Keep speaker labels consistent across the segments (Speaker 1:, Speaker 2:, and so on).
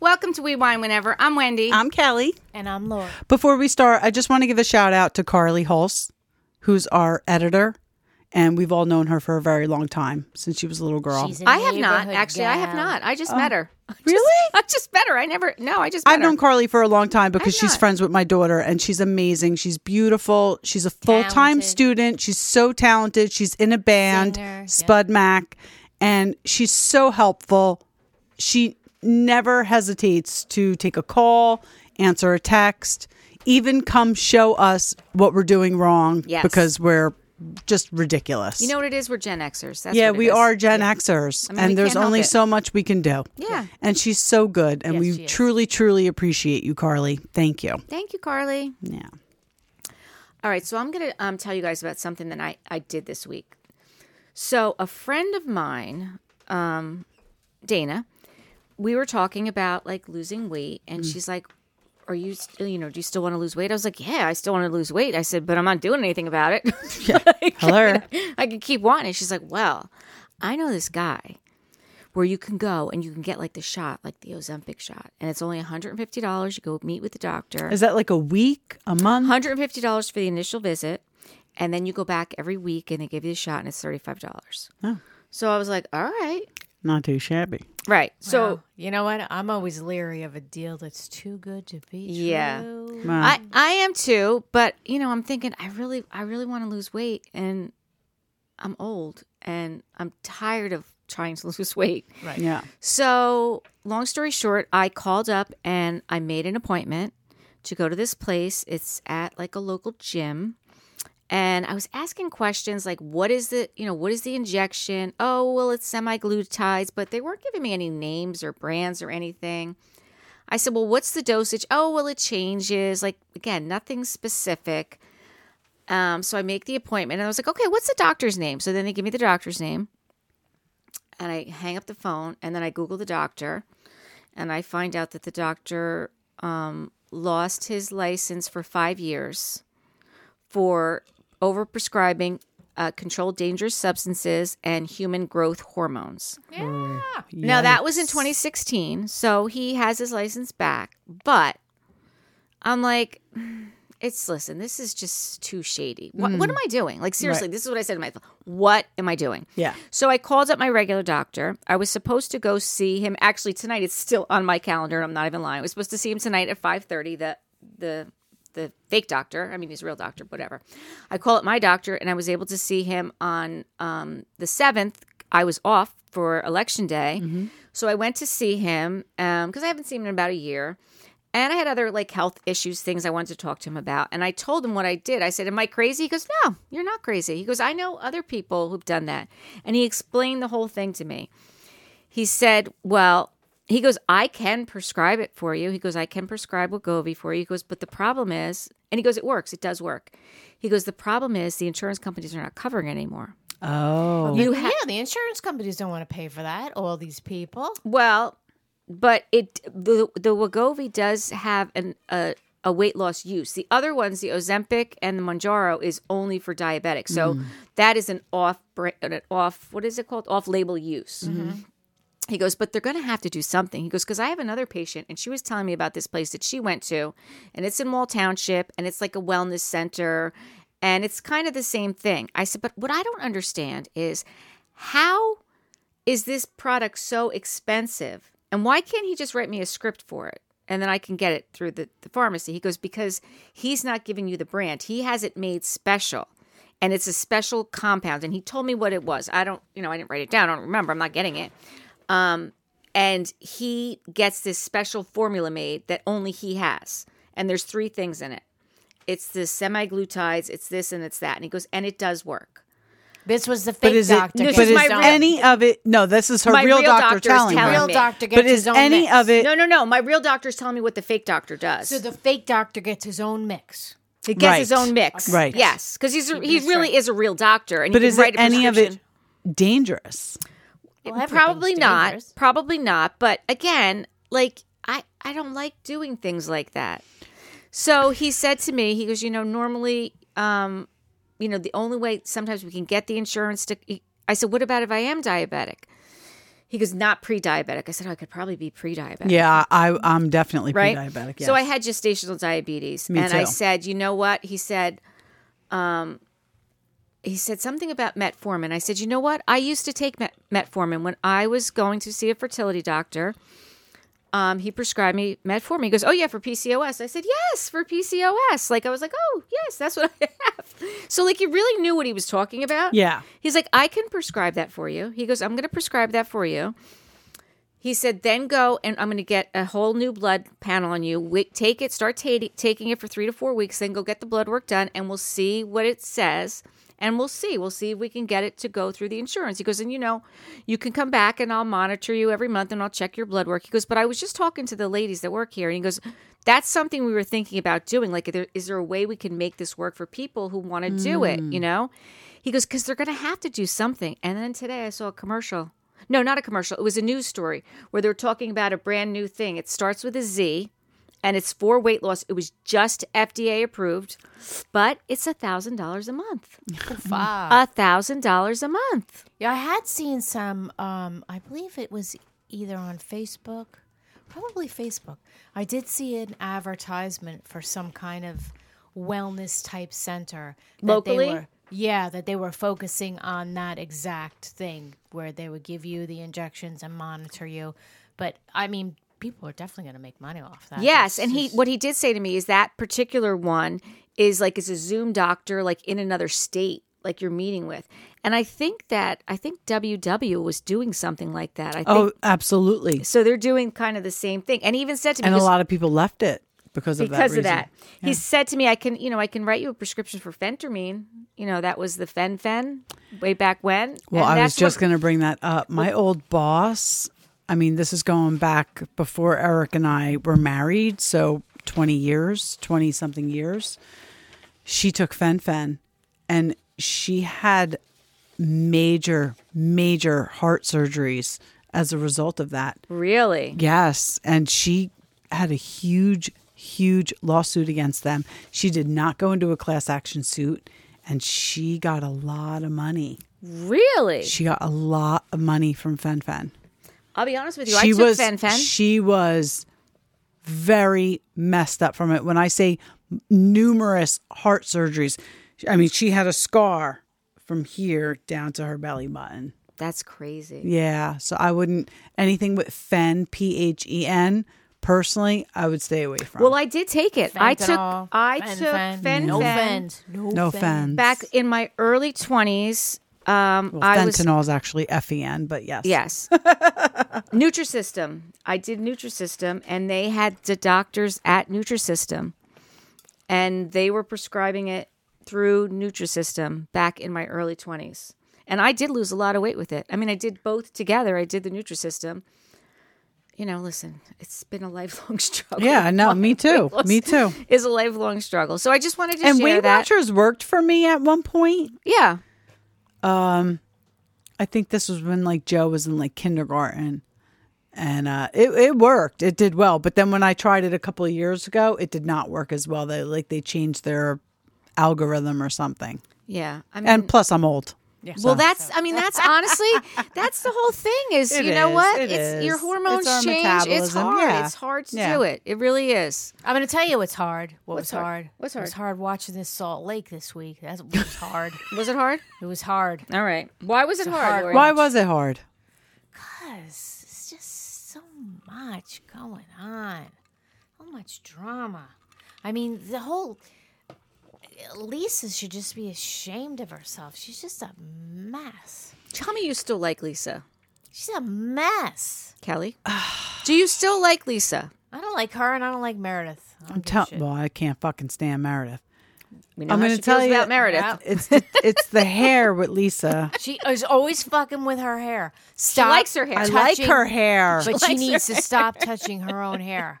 Speaker 1: Welcome to We Wine Whenever. I'm Wendy.
Speaker 2: I'm Kelly.
Speaker 3: And I'm Laura.
Speaker 2: Before we start, I just want to give a shout out to Carly Hulse, who's our editor, and we've all known her for a very long time since she was a little girl.
Speaker 3: She's a
Speaker 1: Um, I have not
Speaker 3: neighborhood
Speaker 1: actually. I have
Speaker 3: gal.
Speaker 1: not. I just met her. I just-
Speaker 2: Oh. really?
Speaker 1: I just met her. I never. No, I just. Met
Speaker 2: I've known
Speaker 1: her.
Speaker 2: Carly for a long time because
Speaker 1: I'm
Speaker 2: she's
Speaker 1: not.
Speaker 2: friends with my daughter and she's amazing. She's beautiful. She's a full time
Speaker 3: Talented.
Speaker 2: student. She's so talented. She's in a band,
Speaker 3: Singer, yeah.
Speaker 2: Spud Mac, and she's so helpful. She never hesitates to take a call, answer a text, even come show us what we're doing wrong
Speaker 1: Yes.
Speaker 2: because we're just ridiculous.
Speaker 1: You know what it is? We're Gen Xers. That's
Speaker 2: yeah,
Speaker 1: what it
Speaker 2: we
Speaker 1: is.
Speaker 2: are Gen Xers,
Speaker 1: I mean, we
Speaker 2: and there's
Speaker 1: can't help
Speaker 2: only
Speaker 1: it.
Speaker 2: so much we can do.
Speaker 1: Yeah.
Speaker 2: And she's so good. And
Speaker 3: Yes, she
Speaker 2: we
Speaker 3: is.
Speaker 2: truly, truly appreciate you, Carly. Thank you.
Speaker 1: Thank you, Carly.
Speaker 2: Yeah.
Speaker 1: All right, so I'm going to um, tell you guys about something that I, I did this week. So, a friend of mine, um, Dana, we were talking about like losing weight, and
Speaker 2: Mm.
Speaker 1: she's like, Are you still, you know, do you still want to lose weight? I was like, Yeah, I still want to lose weight. I said, But I'm not doing anything about it. Like,
Speaker 2: Hello.
Speaker 1: I can keep wanting it. She's like, Well, I know this guy where you can go and you can get like the shot, like the Ozempic shot, and it's only $150. You go meet with the doctor.
Speaker 2: Is that like a week, a month?
Speaker 1: $150 for the initial visit and then you go back every week and they give you a shot and it's $35
Speaker 2: Oh.
Speaker 1: so i was like all right
Speaker 2: Not too shabby.
Speaker 1: right so
Speaker 3: Wow. you know what? I'm always leery of a deal that's too good to be true.
Speaker 1: Yeah.
Speaker 2: Wow.
Speaker 1: i i am too but you know i'm thinking i really i really want to lose weight and i'm old and i'm tired of trying to lose weight
Speaker 3: Right.
Speaker 2: yeah.
Speaker 1: So, long story short, I called up and I made an appointment to go to this place. It's at like a local gym. And I was asking questions like, what is the, you know, what is the injection? Oh, well, it's semi-glutides, but they weren't giving me any names or brands or anything. I said, well, what's the dosage? Oh, well, it changes. Like, again, nothing specific. Um, so I make the appointment and I was like, okay, what's the doctor's name? So then they give me the doctor's name and I hang up the phone and then I Google the doctor and I find out that the doctor um, lost his license for five years for overprescribing uh, controlled dangerous substances and human growth hormones.
Speaker 3: Yeah.
Speaker 1: Now that was in 2016, so he has his license back, but I'm like it's listen, this is just too shady. What, what am I doing? Like seriously, this is what I said to myself. What am I doing?
Speaker 2: Yeah.
Speaker 1: So I called up my regular doctor. I was supposed to go see him actually tonight. It's still on my calendar. and I'm not even lying. I was supposed to see him tonight at 5:30. The the the fake doctor. I mean, he's a real doctor, whatever. I call up my doctor, and I was able to see him on um, the seventh. I was off for election day, so I went to see him because I haven't seen him in about a year. And I had other like health issues, things I wanted to talk to him about. And I told him what I did. I said, Am I crazy? He goes, No, you're not crazy. He goes, I know other people who've done that. And he explained the whole thing to me. He said, Well, he goes, I can prescribe it for you. He goes, I can prescribe Wegovy for you. He goes, But the problem is, and he goes, It works. It does work. He goes, The problem is the insurance companies are not covering it anymore.
Speaker 2: Oh.
Speaker 1: You
Speaker 3: yeah, the insurance companies don't want to pay for that. All these people.
Speaker 1: Well, but it the the Wegovy does have an a, a weight loss use. The other ones, the Ozempic and the Monjaro, is only for diabetics. So that is an off bra- an off what is it called off label use. He goes, but they're going to have to do something. He goes, because I have another patient, and she was telling me about this place that she went to, and it's in Wall Township, and it's like a wellness center, and it's kind of the same thing. I said, but what I don't understand is how is this product so expensive? And why can't he just write me a script for it? And then I can get it through the, the pharmacy. He goes, because he's not giving you the brand. He has it made special. And it's a special compound. And he told me what it was. I don't, you know, I didn't write it down. I don't remember. I'm not getting it. Um, and he gets this special formula made that only he has. And there's three things in it. It's the semi-glutides, it's this and it's that. And he goes, and it does work.
Speaker 3: This was the fake
Speaker 2: But is it?
Speaker 3: doctor.
Speaker 1: No,
Speaker 2: But
Speaker 1: she's
Speaker 2: is
Speaker 1: my real-
Speaker 2: any of it? No, this is her
Speaker 1: My
Speaker 2: real
Speaker 1: real
Speaker 2: doctor
Speaker 1: doctor is
Speaker 2: telling
Speaker 1: telling
Speaker 2: her.
Speaker 3: real
Speaker 1: me.
Speaker 3: doctor gets
Speaker 2: But
Speaker 3: his
Speaker 2: is
Speaker 3: own
Speaker 2: any
Speaker 3: mix.
Speaker 2: of it?
Speaker 1: No, no, no. My real doctor's telling me what the fake doctor does.
Speaker 3: So the fake doctor gets his own mix.
Speaker 1: He gets
Speaker 2: Right.
Speaker 1: his own mix,
Speaker 2: Right.
Speaker 1: Yes, because he's a, he really is a real doctor, and
Speaker 2: But
Speaker 1: he
Speaker 2: is
Speaker 1: can write
Speaker 2: it
Speaker 1: a
Speaker 2: any of it
Speaker 1: prescription.
Speaker 2: dangerous?
Speaker 3: Well,
Speaker 1: Probably
Speaker 3: everything's
Speaker 1: not.
Speaker 3: dangerous.
Speaker 1: Probably not. But again, like I I don't like doing things like that. So he said to me, he goes, you know, normally, um, you know, the only way sometimes we can get the insurance to. I said, what about if I am diabetic? He goes, not pre-diabetic. I said, oh, I could probably be pre-diabetic.
Speaker 2: Yeah, I, I'm definitely
Speaker 1: right?
Speaker 2: pre-diabetic.
Speaker 1: So I
Speaker 2: yes.
Speaker 1: had gestational diabetes,
Speaker 2: Me
Speaker 1: and I
Speaker 2: too.
Speaker 1: said, you know what? He said, um, he said something about metformin. I said, you know what? I used to take met- metformin when I was going to see a fertility doctor. Um, he prescribed me metformin. He goes, oh yeah, for PCOS. I said, yes, for PCOS. Like I was like, oh yes, that's what I have. So like he really knew what he was talking about.
Speaker 2: Yeah.
Speaker 1: He's like, I can prescribe that for you. He goes, I'm going to prescribe that for you. He said, then go and I'm going to get a whole new blood panel on you. Wait, take it, start ta- taking it for three to four weeks, then go get the blood work done and we'll see what it says. And we'll see. We'll see if we can get it to go through the insurance. He goes, and you know, you can come back and I'll monitor you every month and I'll check your blood work. He goes, but I was just talking to the ladies that work here. And he goes, that's something we were thinking about doing. Like, there, is there a way we can make this work for people who want to do it, you know? He goes, because they're going to have to do something. And then today I saw a commercial. No, not a commercial. It was a news story where they were talking about a brand new thing. It starts with a Z and it's for weight loss. It was just FDA approved, but it's a $1,000 a month.
Speaker 3: Fuck.
Speaker 1: A $1,000 a month.
Speaker 3: Yeah, I had seen some. Um, I believe it was either on Facebook, probably Facebook. I did see an advertisement for some kind of wellness type center that
Speaker 1: Locally?
Speaker 3: They were, yeah, that they were focusing on that exact thing where they would give you the injections and monitor you. But I mean, people are definitely going to make money off that.
Speaker 1: Yes,
Speaker 3: It's
Speaker 1: and he
Speaker 3: just-
Speaker 1: what he did say to me is that particular one is like is a Zoom doctor like in another state like you're meeting with. And I think that I think WW was doing something like that. I think
Speaker 2: Oh, absolutely.
Speaker 1: so they're doing kind of the same thing. And he even said to me
Speaker 2: And a
Speaker 1: because,
Speaker 2: lot of people left it because of
Speaker 1: because
Speaker 2: that.
Speaker 1: of that. He said to me I can, you know, I can write you a prescription for fentermine. You know, that was the fen fen way back when.
Speaker 2: Well,
Speaker 1: And
Speaker 2: I was
Speaker 1: that's what-
Speaker 2: just going to bring that up. My old boss, I mean, this is going back before Eric and I were married, so 20 years, 20 something years. She took Fen Fen and she had major, major heart surgeries as a result of that.
Speaker 1: Really?
Speaker 2: Yes. And she had a huge, huge lawsuit against them. She did not go into a class action suit and she got a lot of money.
Speaker 1: Really?
Speaker 2: She got a lot of money from Fen Fen.
Speaker 1: I'll be honest with you. I
Speaker 2: She
Speaker 1: took
Speaker 2: was
Speaker 1: fen fen.
Speaker 2: she was very messed up from it. When I say numerous heart surgeries, I mean she had a scar from here down to her belly button.
Speaker 1: that's crazy.
Speaker 2: Yeah, so I wouldn't anything with Fen P H E N. Personally, I would stay away from.
Speaker 1: Well, I did take it. I took
Speaker 3: Fentanyl,
Speaker 1: I
Speaker 3: fen-
Speaker 1: took
Speaker 3: fen-
Speaker 1: fen
Speaker 3: no
Speaker 1: fen
Speaker 3: fens, no,
Speaker 2: no
Speaker 3: fen.
Speaker 2: Fen.
Speaker 1: back in my early twenties. Um,
Speaker 2: well,
Speaker 1: I was
Speaker 2: fentanyl is actually F E N, but yes,
Speaker 1: yes, Nutrisystem. I did Nutrisystem, and they had the doctors at Nutrisystem, and they were prescribing it through Nutrisystem back in my early twenties. And I did lose a lot of weight with it. I mean, I did both together. I did the Nutrisystem. You know, listen, it's been a lifelong struggle.
Speaker 2: yeah, no, me too, me too.
Speaker 1: Is a lifelong struggle. So I just wanted to
Speaker 2: And
Speaker 1: share
Speaker 2: Weight
Speaker 1: that.
Speaker 2: Watchers worked for me at one point.
Speaker 1: Yeah.
Speaker 2: I think this was when like Joe was in like kindergarten, and uh, it it worked. It did well. But then when I tried it a couple of years ago, it did not work as well. They like they changed their algorithm or something.
Speaker 1: Yeah. I mean,
Speaker 2: And plus, I'm old.
Speaker 1: well, that's, I mean, that's honestly, that's the whole thing is,
Speaker 2: It
Speaker 1: you know
Speaker 2: is,
Speaker 1: what?
Speaker 2: it
Speaker 1: it's your
Speaker 2: is.
Speaker 1: hormones
Speaker 2: It's our
Speaker 1: change. It's
Speaker 2: metabolism,
Speaker 1: hard.
Speaker 2: yeah.
Speaker 1: It's hard to
Speaker 2: Yeah.
Speaker 1: do it. It really is.
Speaker 3: I'm going to tell you what's hard. What was
Speaker 1: hard?
Speaker 3: hard?
Speaker 1: What's
Speaker 3: It was hard watching this Salt Lake this week. That was hard.
Speaker 1: Was it hard?
Speaker 3: it was hard.
Speaker 1: All right. Why was it hard?
Speaker 3: hard
Speaker 1: Lori?
Speaker 3: one.
Speaker 2: Why was it hard?
Speaker 3: Because it's just so much going on. So much drama. I mean, the whole. Lisa should just be ashamed of herself. She's just a mess.
Speaker 1: Tell me you still like Lisa,
Speaker 3: She's a mess.
Speaker 1: Kelly. do you still like Lisa?
Speaker 3: I don't like her and I don't like Meredith. I don't
Speaker 2: I'm
Speaker 3: give a
Speaker 2: telling.
Speaker 3: shit.
Speaker 2: Well, I can't fucking stand Meredith.
Speaker 1: We know
Speaker 2: I'm
Speaker 1: how
Speaker 2: gonna
Speaker 1: she
Speaker 2: tell
Speaker 1: feels
Speaker 2: you-
Speaker 1: about Meredith.
Speaker 3: Yeah.
Speaker 2: It's the, it's the hair with Lisa.
Speaker 3: She is always fucking with her hair. Stop
Speaker 1: likes her hair.
Speaker 2: I
Speaker 1: I
Speaker 2: like
Speaker 3: touching-
Speaker 2: her hair.
Speaker 3: But she needs to stop touching her own hair.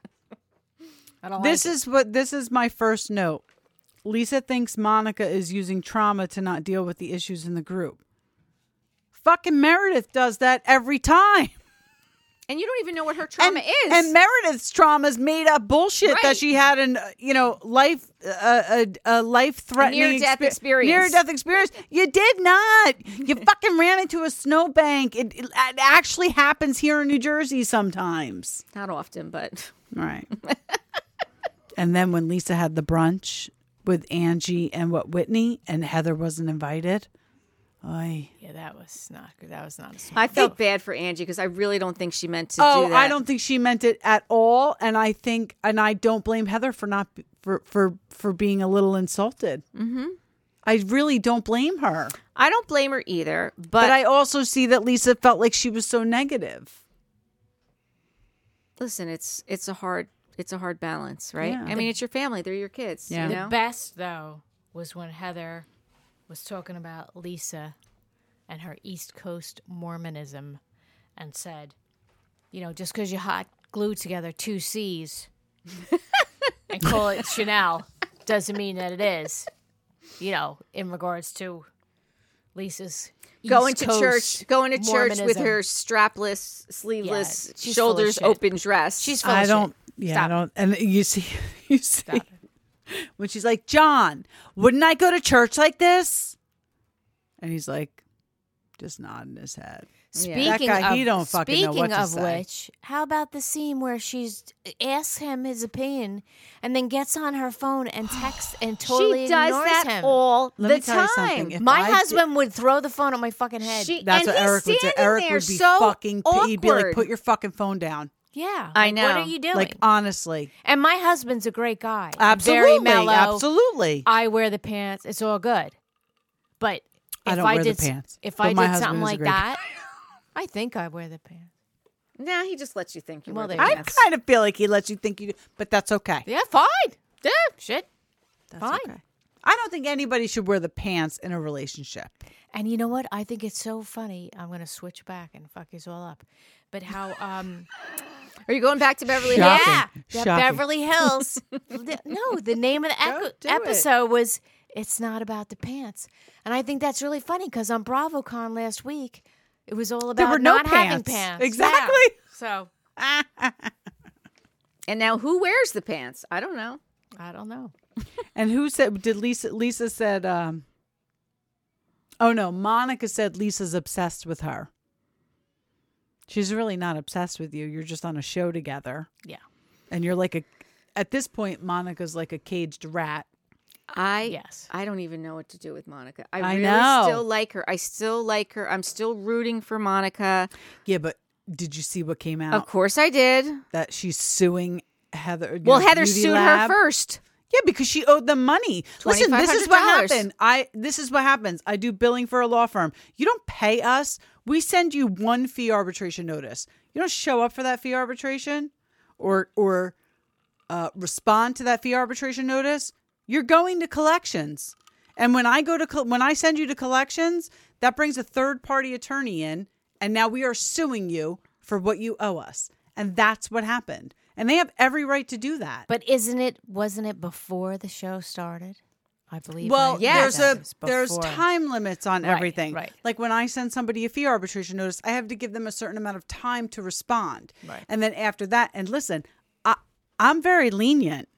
Speaker 3: I don't
Speaker 2: This
Speaker 3: like
Speaker 2: is what this is my first note. Lisa thinks Monica is using trauma to not deal with the issues in the group. Fucking Meredith does that every time.
Speaker 1: And you don't even know what her trauma is.
Speaker 2: And Meredith's trauma is made up bullshit that
Speaker 1: Right.
Speaker 2: she had an uh, you know life uh, a a, a life threatening
Speaker 1: near-death experience.
Speaker 2: Near death experience. You did not. You fucking ran into a snowbank. It, it, it actually happens here in New Jersey sometimes.
Speaker 1: Not often, but
Speaker 2: Right. and then when Lisa had the brunch with Angie and what Whitney and Heather wasn't invited. I
Speaker 3: Yeah, that was not good. That was not a smart.
Speaker 1: I felt bad for Angie because I really don't think she meant to
Speaker 2: oh,
Speaker 1: do that.
Speaker 2: I don't think she meant it at all, and I think, and I don't blame Heather for not for for for being a little insulted. Mm-hmm. I really don't blame her,
Speaker 1: I don't blame her either, but,
Speaker 2: but I also see that Lisa felt like she was so negative.
Speaker 1: listen, it's it's a hard it's a hard balance, right?
Speaker 2: Yeah.
Speaker 1: I mean, it's your family; they're your kids.
Speaker 2: Yeah.
Speaker 1: You
Speaker 3: The
Speaker 1: know?
Speaker 3: best though was when Heather was talking about Lisa and her East Coast Mormonism and said, you know, just because you hot glue together two C's and call it Chanel doesn't mean that it is, you know, in regards to Lisa's East
Speaker 1: going to
Speaker 3: Coast
Speaker 1: church, going to church with
Speaker 3: Mormonism.
Speaker 1: her strapless, sleeveless,
Speaker 3: she's full of
Speaker 1: shoulders
Speaker 3: shit.
Speaker 1: open dress. Uh,
Speaker 3: She's full of
Speaker 2: I
Speaker 3: shit.
Speaker 2: don't. Yeah, I
Speaker 3: Stop.
Speaker 2: don't. And you see, you see, when she's like, "John, wouldn't I go to church like this?" And he's like, just nodding his head. That
Speaker 3: Speaking
Speaker 2: guy,
Speaker 3: of
Speaker 2: he don't fucking know
Speaker 3: speaking
Speaker 2: what to
Speaker 3: of
Speaker 2: say.
Speaker 3: which, how about the scene where she's asks him his opinion and then gets on her phone and texts and totally
Speaker 1: she does
Speaker 3: ignores
Speaker 1: that
Speaker 3: him.
Speaker 1: all
Speaker 2: Let
Speaker 1: the
Speaker 2: me tell you
Speaker 1: time.
Speaker 2: something. If
Speaker 3: My
Speaker 2: I did-
Speaker 3: husband would throw the phone at my fucking head.
Speaker 1: She-
Speaker 2: That's
Speaker 1: And
Speaker 2: what
Speaker 1: he's
Speaker 2: Eric would say.
Speaker 1: standing
Speaker 2: Eric
Speaker 1: there
Speaker 2: would be
Speaker 1: so
Speaker 2: fucking. He'd be like,
Speaker 1: awkward.
Speaker 2: "Put your fucking phone down."
Speaker 3: yeah,
Speaker 1: I
Speaker 3: like, What
Speaker 1: know.
Speaker 3: are you doing?
Speaker 2: Like honestly,
Speaker 3: and my husband's a great guy.
Speaker 2: absolutely,
Speaker 3: very mellow.
Speaker 2: absolutely.
Speaker 3: I wear the pants. It's all good. But if
Speaker 2: I don't wear the
Speaker 3: did, s-
Speaker 2: pants,
Speaker 3: If
Speaker 2: but
Speaker 3: I
Speaker 2: my
Speaker 3: did
Speaker 2: husband is
Speaker 3: something
Speaker 2: a
Speaker 3: like
Speaker 2: great guy.
Speaker 3: that, I think I wear the pants.
Speaker 1: Nah, he just lets you think you
Speaker 3: Well,
Speaker 1: were.
Speaker 3: there
Speaker 1: the
Speaker 3: you
Speaker 2: I
Speaker 1: best.
Speaker 2: kind of feel like he lets you think you, but that's okay.
Speaker 3: Yeah, fine. Yeah, shit.
Speaker 2: That's
Speaker 3: fine.
Speaker 2: okay. I don't think anybody should wear the pants in a relationship.
Speaker 3: And you know what? I think it's so funny. I'm gonna switch back and fuck you all up. But how um
Speaker 1: Are you going back to Beverly
Speaker 2: Shocking.
Speaker 1: Hills?
Speaker 3: yeah, that
Speaker 2: Shocking.
Speaker 3: Beverly Hills. The- no, the name of the echo-
Speaker 2: Don't do it.
Speaker 3: episode was "It's Not About the Pants," and I think that's really funny because on BravoCon last week, it was all about
Speaker 2: were no
Speaker 3: not having
Speaker 2: pants.
Speaker 3: pants. Yeah.
Speaker 2: Exactly.
Speaker 3: So
Speaker 1: And now, who wears the pants? I don't know.
Speaker 3: I don't know.
Speaker 2: And who said? Did Lisa? Lisa said. um Oh no, Monica said Lisa's obsessed with her. She's really not obsessed with you. You're just on a show together,
Speaker 3: Yeah,
Speaker 2: and you're like a. At this point, Monica's like a caged rat.
Speaker 1: I
Speaker 3: Yes.
Speaker 1: I don't even know what to do with Monica. I,
Speaker 2: I
Speaker 1: really
Speaker 2: know.
Speaker 1: still like her. I still like her. I'm still rooting for Monica.
Speaker 2: Yeah, but did you see what came out?
Speaker 3: Oh.
Speaker 1: Of course, I did.
Speaker 2: That she's suing Heather. you
Speaker 1: Well,
Speaker 2: know,
Speaker 1: Heather
Speaker 2: Beauty
Speaker 1: sued
Speaker 2: Lab.
Speaker 1: her first.
Speaker 2: Yeah, because she owed them money. Listen, this is what
Speaker 1: $2,500.
Speaker 2: happened. I this is what happens. I do billing for a law firm. You don't pay us. We send you one fee arbitration notice. You don't show up for that fee arbitration or or uh, respond to that fee arbitration notice. You're going to collections. And when I go to col- when I send you to collections, that brings a third party attorney in and now we are suing you for what you owe us. And that's what happened. And they have every right to do that.
Speaker 3: but isn't it? Wasn't it before the show started? I believe.
Speaker 2: Well,
Speaker 3: I
Speaker 1: yeah,
Speaker 3: read
Speaker 2: there's
Speaker 3: that
Speaker 2: a
Speaker 3: was
Speaker 2: there's
Speaker 3: before.
Speaker 2: time limits on everything.
Speaker 3: right.
Speaker 2: Like when I send somebody a fee arbitration notice, I have to give them a certain amount of time to respond.
Speaker 3: Right.
Speaker 2: And then after that, and listen, I I'm very lenient.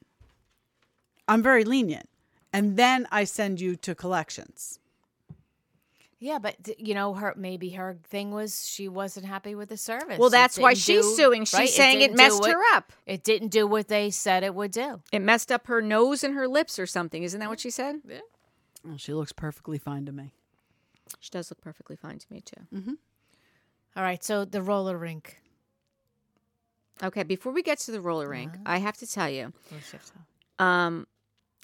Speaker 2: I'm very lenient. And then I send you to collections.
Speaker 3: Yeah, but th- you know, her maybe her thing was she wasn't happy with the service.
Speaker 1: Well,
Speaker 3: It
Speaker 1: that's why
Speaker 3: didn't
Speaker 1: she's
Speaker 3: do-
Speaker 1: suing. She's
Speaker 3: right,
Speaker 1: saying it,
Speaker 3: didn't do
Speaker 1: messed
Speaker 3: what-
Speaker 1: her up.
Speaker 3: It didn't do what they said it would do.
Speaker 1: It messed up her nose and her lips or something. Isn't that what she said?
Speaker 2: Well, she looks perfectly fine to me.
Speaker 1: She does look perfectly fine to me too.
Speaker 3: All right, so the roller rink.
Speaker 1: Okay, before we get to the roller rink, I have to tell you, um,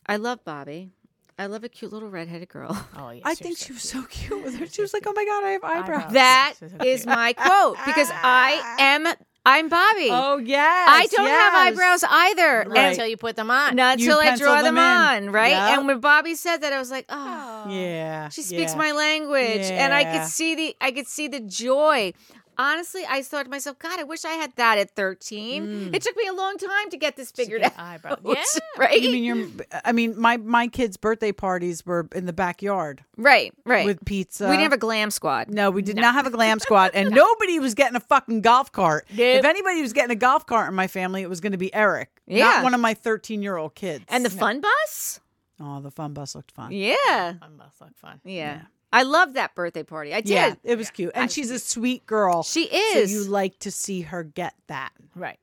Speaker 1: I love Bobby. I love a cute little redheaded girl.
Speaker 3: Oh, yes,
Speaker 2: I think she was so cute with her. She was like, "Oh my god, I have eyebrows."
Speaker 3: Eyebrows.
Speaker 1: That
Speaker 3: she's so
Speaker 1: is
Speaker 3: cute.
Speaker 1: my quote because I am I'm Bobby.
Speaker 2: Oh yes,
Speaker 1: I don't have
Speaker 2: yes.
Speaker 1: eyebrows either.
Speaker 2: Right.
Speaker 1: And
Speaker 3: until you put them on.
Speaker 1: not
Speaker 2: You
Speaker 1: till I
Speaker 2: pencil
Speaker 1: draw
Speaker 2: them
Speaker 1: them,
Speaker 2: in.
Speaker 1: on, right?
Speaker 2: Yep.
Speaker 1: And when Bobby said that, I was like, oh,
Speaker 2: Yeah,
Speaker 1: she speaks
Speaker 2: yeah.
Speaker 1: my language, and I
Speaker 2: Yeah.
Speaker 1: could see the I could see the joy. honestly, I thought to myself, God, I wish I had that at 13.
Speaker 2: Mm.
Speaker 1: It took me a long time to get this figured
Speaker 3: get
Speaker 1: out.
Speaker 3: eyebrow- Yeah.
Speaker 1: Right.
Speaker 2: I mean, you're, I mean, my my kids' birthday parties were in the backyard
Speaker 1: right. Right.
Speaker 2: with pizza.
Speaker 1: we didn't have a glam squad.
Speaker 2: no, we did not have a glam squad, and nobody was getting a fucking golf cart. If anybody was getting a golf cart in my family, it was going to be Eric,
Speaker 1: Yeah.
Speaker 2: not one of my thirteen-year-old kids.
Speaker 1: And the fun bus?
Speaker 2: oh, the fun bus looked fun.
Speaker 1: Yeah.
Speaker 3: I'm both like fun.
Speaker 1: Yeah. I love that birthday party. I did.
Speaker 2: Yeah, it was cute, and she's a sweet girl.
Speaker 1: She
Speaker 2: So
Speaker 1: is.
Speaker 2: you like to see her get that,
Speaker 3: Right.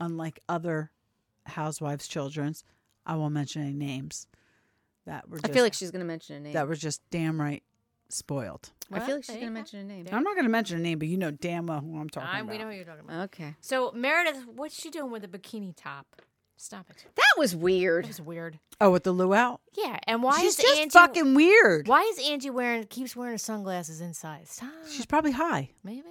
Speaker 2: unlike other housewives' children's. I won't mention any names. That were
Speaker 1: I
Speaker 2: just,
Speaker 1: feel like she's going to mention a name.
Speaker 2: that were just damn right spoiled.
Speaker 1: I feel
Speaker 3: Well,
Speaker 1: like she's going
Speaker 3: there
Speaker 1: to
Speaker 3: you go.
Speaker 1: mention a name.
Speaker 2: I'm not going to mention a name, but you know damn well who I'm talking
Speaker 3: I,
Speaker 2: about.
Speaker 3: we know who you're talking about.
Speaker 1: Okay.
Speaker 3: So Meredith, what's she doing with a bikini top? Stop it.
Speaker 1: That was weird.
Speaker 3: That was weird.
Speaker 2: oh, with the luau.
Speaker 3: Yeah, and why
Speaker 2: She's
Speaker 3: is
Speaker 2: just
Speaker 3: Angie?
Speaker 2: fucking weird.
Speaker 3: why is Angie wearing keeps wearing her sunglasses inside? Stop.
Speaker 2: She's probably high.
Speaker 3: Maybe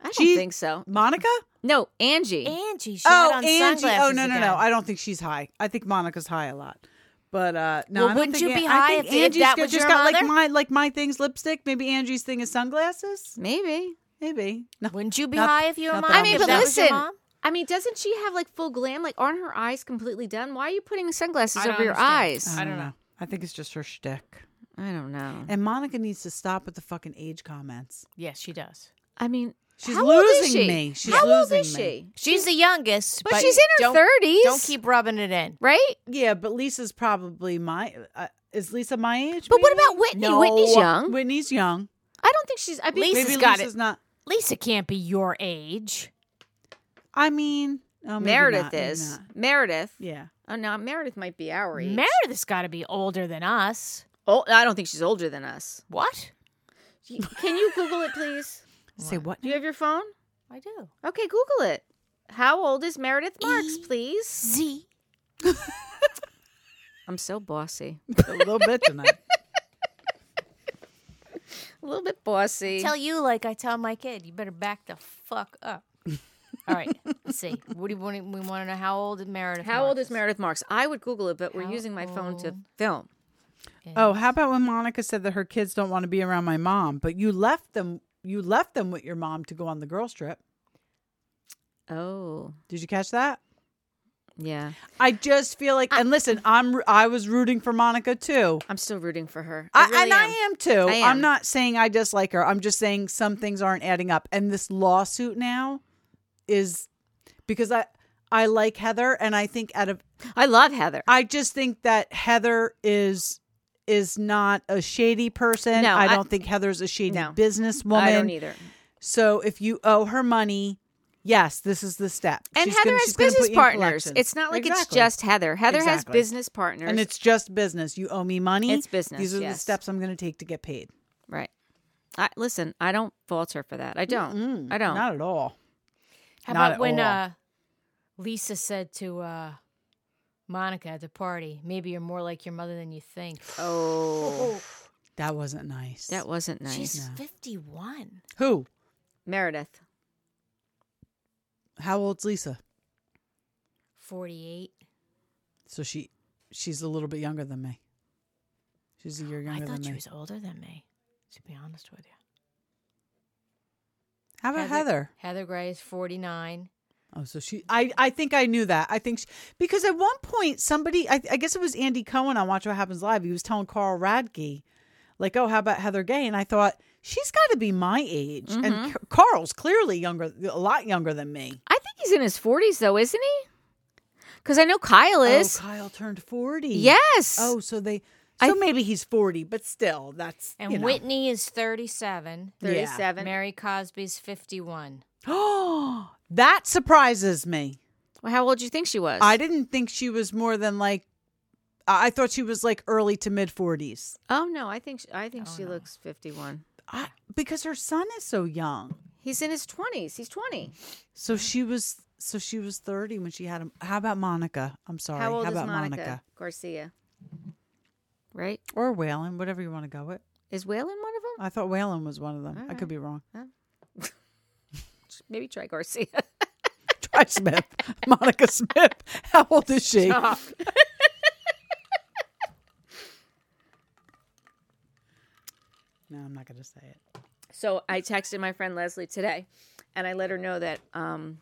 Speaker 1: I don't
Speaker 2: She-
Speaker 1: think so.
Speaker 2: Monica?
Speaker 1: No, Angie.
Speaker 3: Angie. She
Speaker 2: Oh,
Speaker 3: had on
Speaker 2: Angie.
Speaker 3: sunglasses
Speaker 2: Oh no, no,
Speaker 3: again.
Speaker 2: no. I don't think she's high. I think Monica's high a lot. But uh, no, I
Speaker 3: Well,
Speaker 2: don't
Speaker 3: wouldn't
Speaker 2: think
Speaker 3: you be
Speaker 2: An- I
Speaker 3: high
Speaker 2: think
Speaker 3: if- if
Speaker 2: Angie's
Speaker 3: that
Speaker 2: got-
Speaker 3: was
Speaker 2: just
Speaker 3: your
Speaker 2: got like
Speaker 3: mother?
Speaker 2: my like my thing's lipstick. Maybe Angie's thing is sunglasses.
Speaker 1: Maybe.
Speaker 2: Maybe. No.
Speaker 3: Wouldn't you be
Speaker 2: Not-
Speaker 3: high if you were
Speaker 2: not
Speaker 3: mom?
Speaker 2: that
Speaker 1: I mean,
Speaker 3: if
Speaker 1: but
Speaker 3: that was your
Speaker 1: listen.
Speaker 3: mom?
Speaker 1: I mean, doesn't she have like full glam? Like, aren't her eyes completely done? Why are you putting sunglasses
Speaker 3: I don't
Speaker 1: over your eyes?
Speaker 3: understand.
Speaker 2: I
Speaker 3: don't know.
Speaker 2: I think it's just her shtick.
Speaker 1: I don't know.
Speaker 2: And Monica needs to stop with the fucking age comments.
Speaker 3: Yes, she does.
Speaker 1: I mean,
Speaker 2: She's
Speaker 1: how old is
Speaker 2: losing
Speaker 1: she?
Speaker 2: me. She's
Speaker 1: how
Speaker 2: losing
Speaker 1: old is
Speaker 2: me.
Speaker 1: she?
Speaker 3: She's the youngest,
Speaker 1: But she's in her
Speaker 3: don't-
Speaker 1: 30s.
Speaker 3: Don't keep rubbing it in.
Speaker 1: Right?
Speaker 2: Yeah, but Lisa's probably my. Uh, is Lisa my age?
Speaker 1: But what
Speaker 2: maybe?
Speaker 1: about Whitney? Whitney's young.
Speaker 2: Whitney's young.
Speaker 1: I don't think she's. I mean,
Speaker 3: Lisa's
Speaker 2: Maybe
Speaker 3: got
Speaker 2: Lisa's not.
Speaker 3: Lisa can't be your age.
Speaker 2: I mean, oh, maybe
Speaker 1: Meredith
Speaker 2: not, maybe
Speaker 1: is
Speaker 2: not.
Speaker 1: Meredith.
Speaker 2: Yeah.
Speaker 1: Oh no, Meredith might be our age.
Speaker 3: Meredith's got to be older than us.
Speaker 1: oh, I don't think she's older than us.
Speaker 3: What?
Speaker 1: She- Can you Google it, please?
Speaker 2: Say what?
Speaker 1: Do you have your phone?
Speaker 3: I do.
Speaker 1: Okay, Google it. How old is Meredith Marks,
Speaker 3: E.
Speaker 1: please?
Speaker 3: Z.
Speaker 1: I'm so bossy.
Speaker 2: A little bit tonight.
Speaker 1: A little bit bossy.
Speaker 3: Tell you like I tell my kid, you better back the fuck up. All right. Let's see. What do you want? We want to know how old is Meredith?
Speaker 1: How old is
Speaker 3: Marcus?
Speaker 1: Meredith Marks? I would Google it, but we're
Speaker 3: How
Speaker 1: using my phone to
Speaker 3: old?
Speaker 1: film.
Speaker 2: oh, how about when Monica said that her kids don't want to be around my mom, but you left them. You left them with your mom to go on the girls trip.
Speaker 1: Oh,
Speaker 2: Did you catch that?
Speaker 1: yeah.
Speaker 2: I just feel like, and listen, I'm I was rooting for Monica too.
Speaker 1: I'm still rooting for her.
Speaker 2: I,
Speaker 1: I, really
Speaker 2: and I am too.
Speaker 1: I
Speaker 2: I'm
Speaker 1: am.
Speaker 2: not saying I dislike her. I'm just saying some things aren't adding up. And this lawsuit now is because I I like Heather, and I think out of
Speaker 1: I love Heather.
Speaker 2: I just think that Heather is is not a shady person.
Speaker 1: No,
Speaker 2: I
Speaker 1: I-
Speaker 2: don't think Heather's a shady
Speaker 1: No.
Speaker 2: businesswoman.
Speaker 1: I don't either.
Speaker 2: So if you owe her money, yes, this is the step.
Speaker 1: And
Speaker 2: She's
Speaker 1: Heather
Speaker 2: gonna-
Speaker 1: has
Speaker 2: she's gonna put
Speaker 1: business
Speaker 2: you in
Speaker 1: partners.
Speaker 2: collections.
Speaker 1: It's not like it's
Speaker 2: Exactly.
Speaker 1: just Heather. Heather has
Speaker 2: Exactly.
Speaker 1: business partners.
Speaker 2: and it's just business. You owe me money.
Speaker 1: It's business,
Speaker 2: These are
Speaker 1: yes.
Speaker 2: the steps I'm going to take to get paid.
Speaker 1: right. I, listen, I don't fault her for that. I don't. I don't.
Speaker 2: Not at all.
Speaker 3: How
Speaker 2: Not
Speaker 3: about
Speaker 2: at
Speaker 3: when
Speaker 2: all.
Speaker 3: uh, Lisa said to uh, Monica at the party, "Maybe you're more like your mother than you think."
Speaker 1: oh,
Speaker 2: That wasn't nice.
Speaker 1: that wasn't nice.
Speaker 3: She's 51.
Speaker 2: Who?
Speaker 1: Meredith.
Speaker 2: How old's Lisa?
Speaker 3: 48.
Speaker 2: So she she's a little bit younger than me. She's a year
Speaker 3: I
Speaker 2: younger
Speaker 3: thought
Speaker 2: than
Speaker 3: she
Speaker 2: me.
Speaker 3: was older than me, to be honest with you.
Speaker 2: How about Heather?
Speaker 3: Heather Gray is 49.
Speaker 2: Oh, so she. I. I think I knew that. I think she, because at one point somebody, I, I guess it was Andy Cohen on Watch What Happens Live. He was telling Carl Radke, like, "Oh, how about Heather Gay?" And I thought she's got to be my age, and Ca- Carl's clearly younger, a lot younger than me.
Speaker 1: I think he's in his 40s, though, isn't he? Because I know Kyle is.
Speaker 2: oh, Kyle turned forty.
Speaker 1: Yes.
Speaker 2: Oh, so they.
Speaker 1: I
Speaker 2: So maybe he's forty, but still, that's
Speaker 3: And
Speaker 2: you know.
Speaker 3: Whitney is 37.
Speaker 2: Yeah.
Speaker 1: 37.
Speaker 3: Mary Cosby's 51.
Speaker 2: Oh, that surprises me.
Speaker 1: Well, how old do you think she was?
Speaker 2: I didn't think she was more than like. I I thought she was like early to mid forties.
Speaker 1: oh, no. I think, I think she looks 51.
Speaker 2: I, because her son is so young.
Speaker 1: He's in his 20s. He's 20.
Speaker 2: So she was so she was 30 when she had him. How about Monica? I'm sorry.
Speaker 1: How old is
Speaker 2: about
Speaker 1: Monica, Garcia? Right?
Speaker 2: Or Whalen, whatever you want to go with.
Speaker 1: Is Whalen one of them?
Speaker 2: I thought Whalen was one of them. I
Speaker 1: right.
Speaker 2: could be wrong.
Speaker 1: Maybe try Garcia.
Speaker 2: Try Smith. Monica Smith. How old is she? no, I'm not going to say it.
Speaker 1: So I texted my friend Leslie today, and I let her know that um,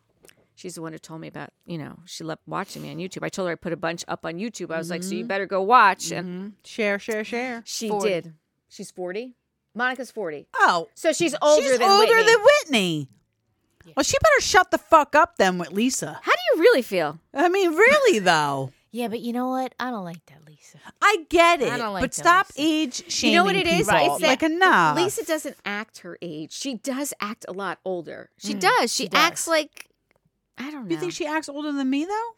Speaker 1: she's the one who told me about. You know, she loved watching me on YouTube. I told her I put a bunch up on YouTube. I was like, so you better go watch, and
Speaker 2: Share, share, share.
Speaker 1: she
Speaker 3: 40.
Speaker 1: did. Mm-hmm. She's forty. Monica's forty,
Speaker 2: Oh,
Speaker 1: so she's older
Speaker 2: she's
Speaker 1: than
Speaker 2: older
Speaker 1: Whitney.
Speaker 2: than Whitney. Well, she better shut the fuck up then with Lisa.
Speaker 1: How do you really feel?
Speaker 2: I mean, really though.
Speaker 3: Yeah, but you know what? I don't like that, Lisa.
Speaker 2: I get it,
Speaker 3: I don't like
Speaker 2: but
Speaker 3: that
Speaker 2: stop
Speaker 3: Lisa.
Speaker 2: age shaming.
Speaker 1: You know what it is?
Speaker 2: people.
Speaker 1: It's
Speaker 2: like
Speaker 1: that
Speaker 2: enough.
Speaker 1: Lisa doesn't act her age. She does act a lot older. She does. She,
Speaker 3: does.
Speaker 1: acts like I don't know.
Speaker 2: you think she acts older than me though?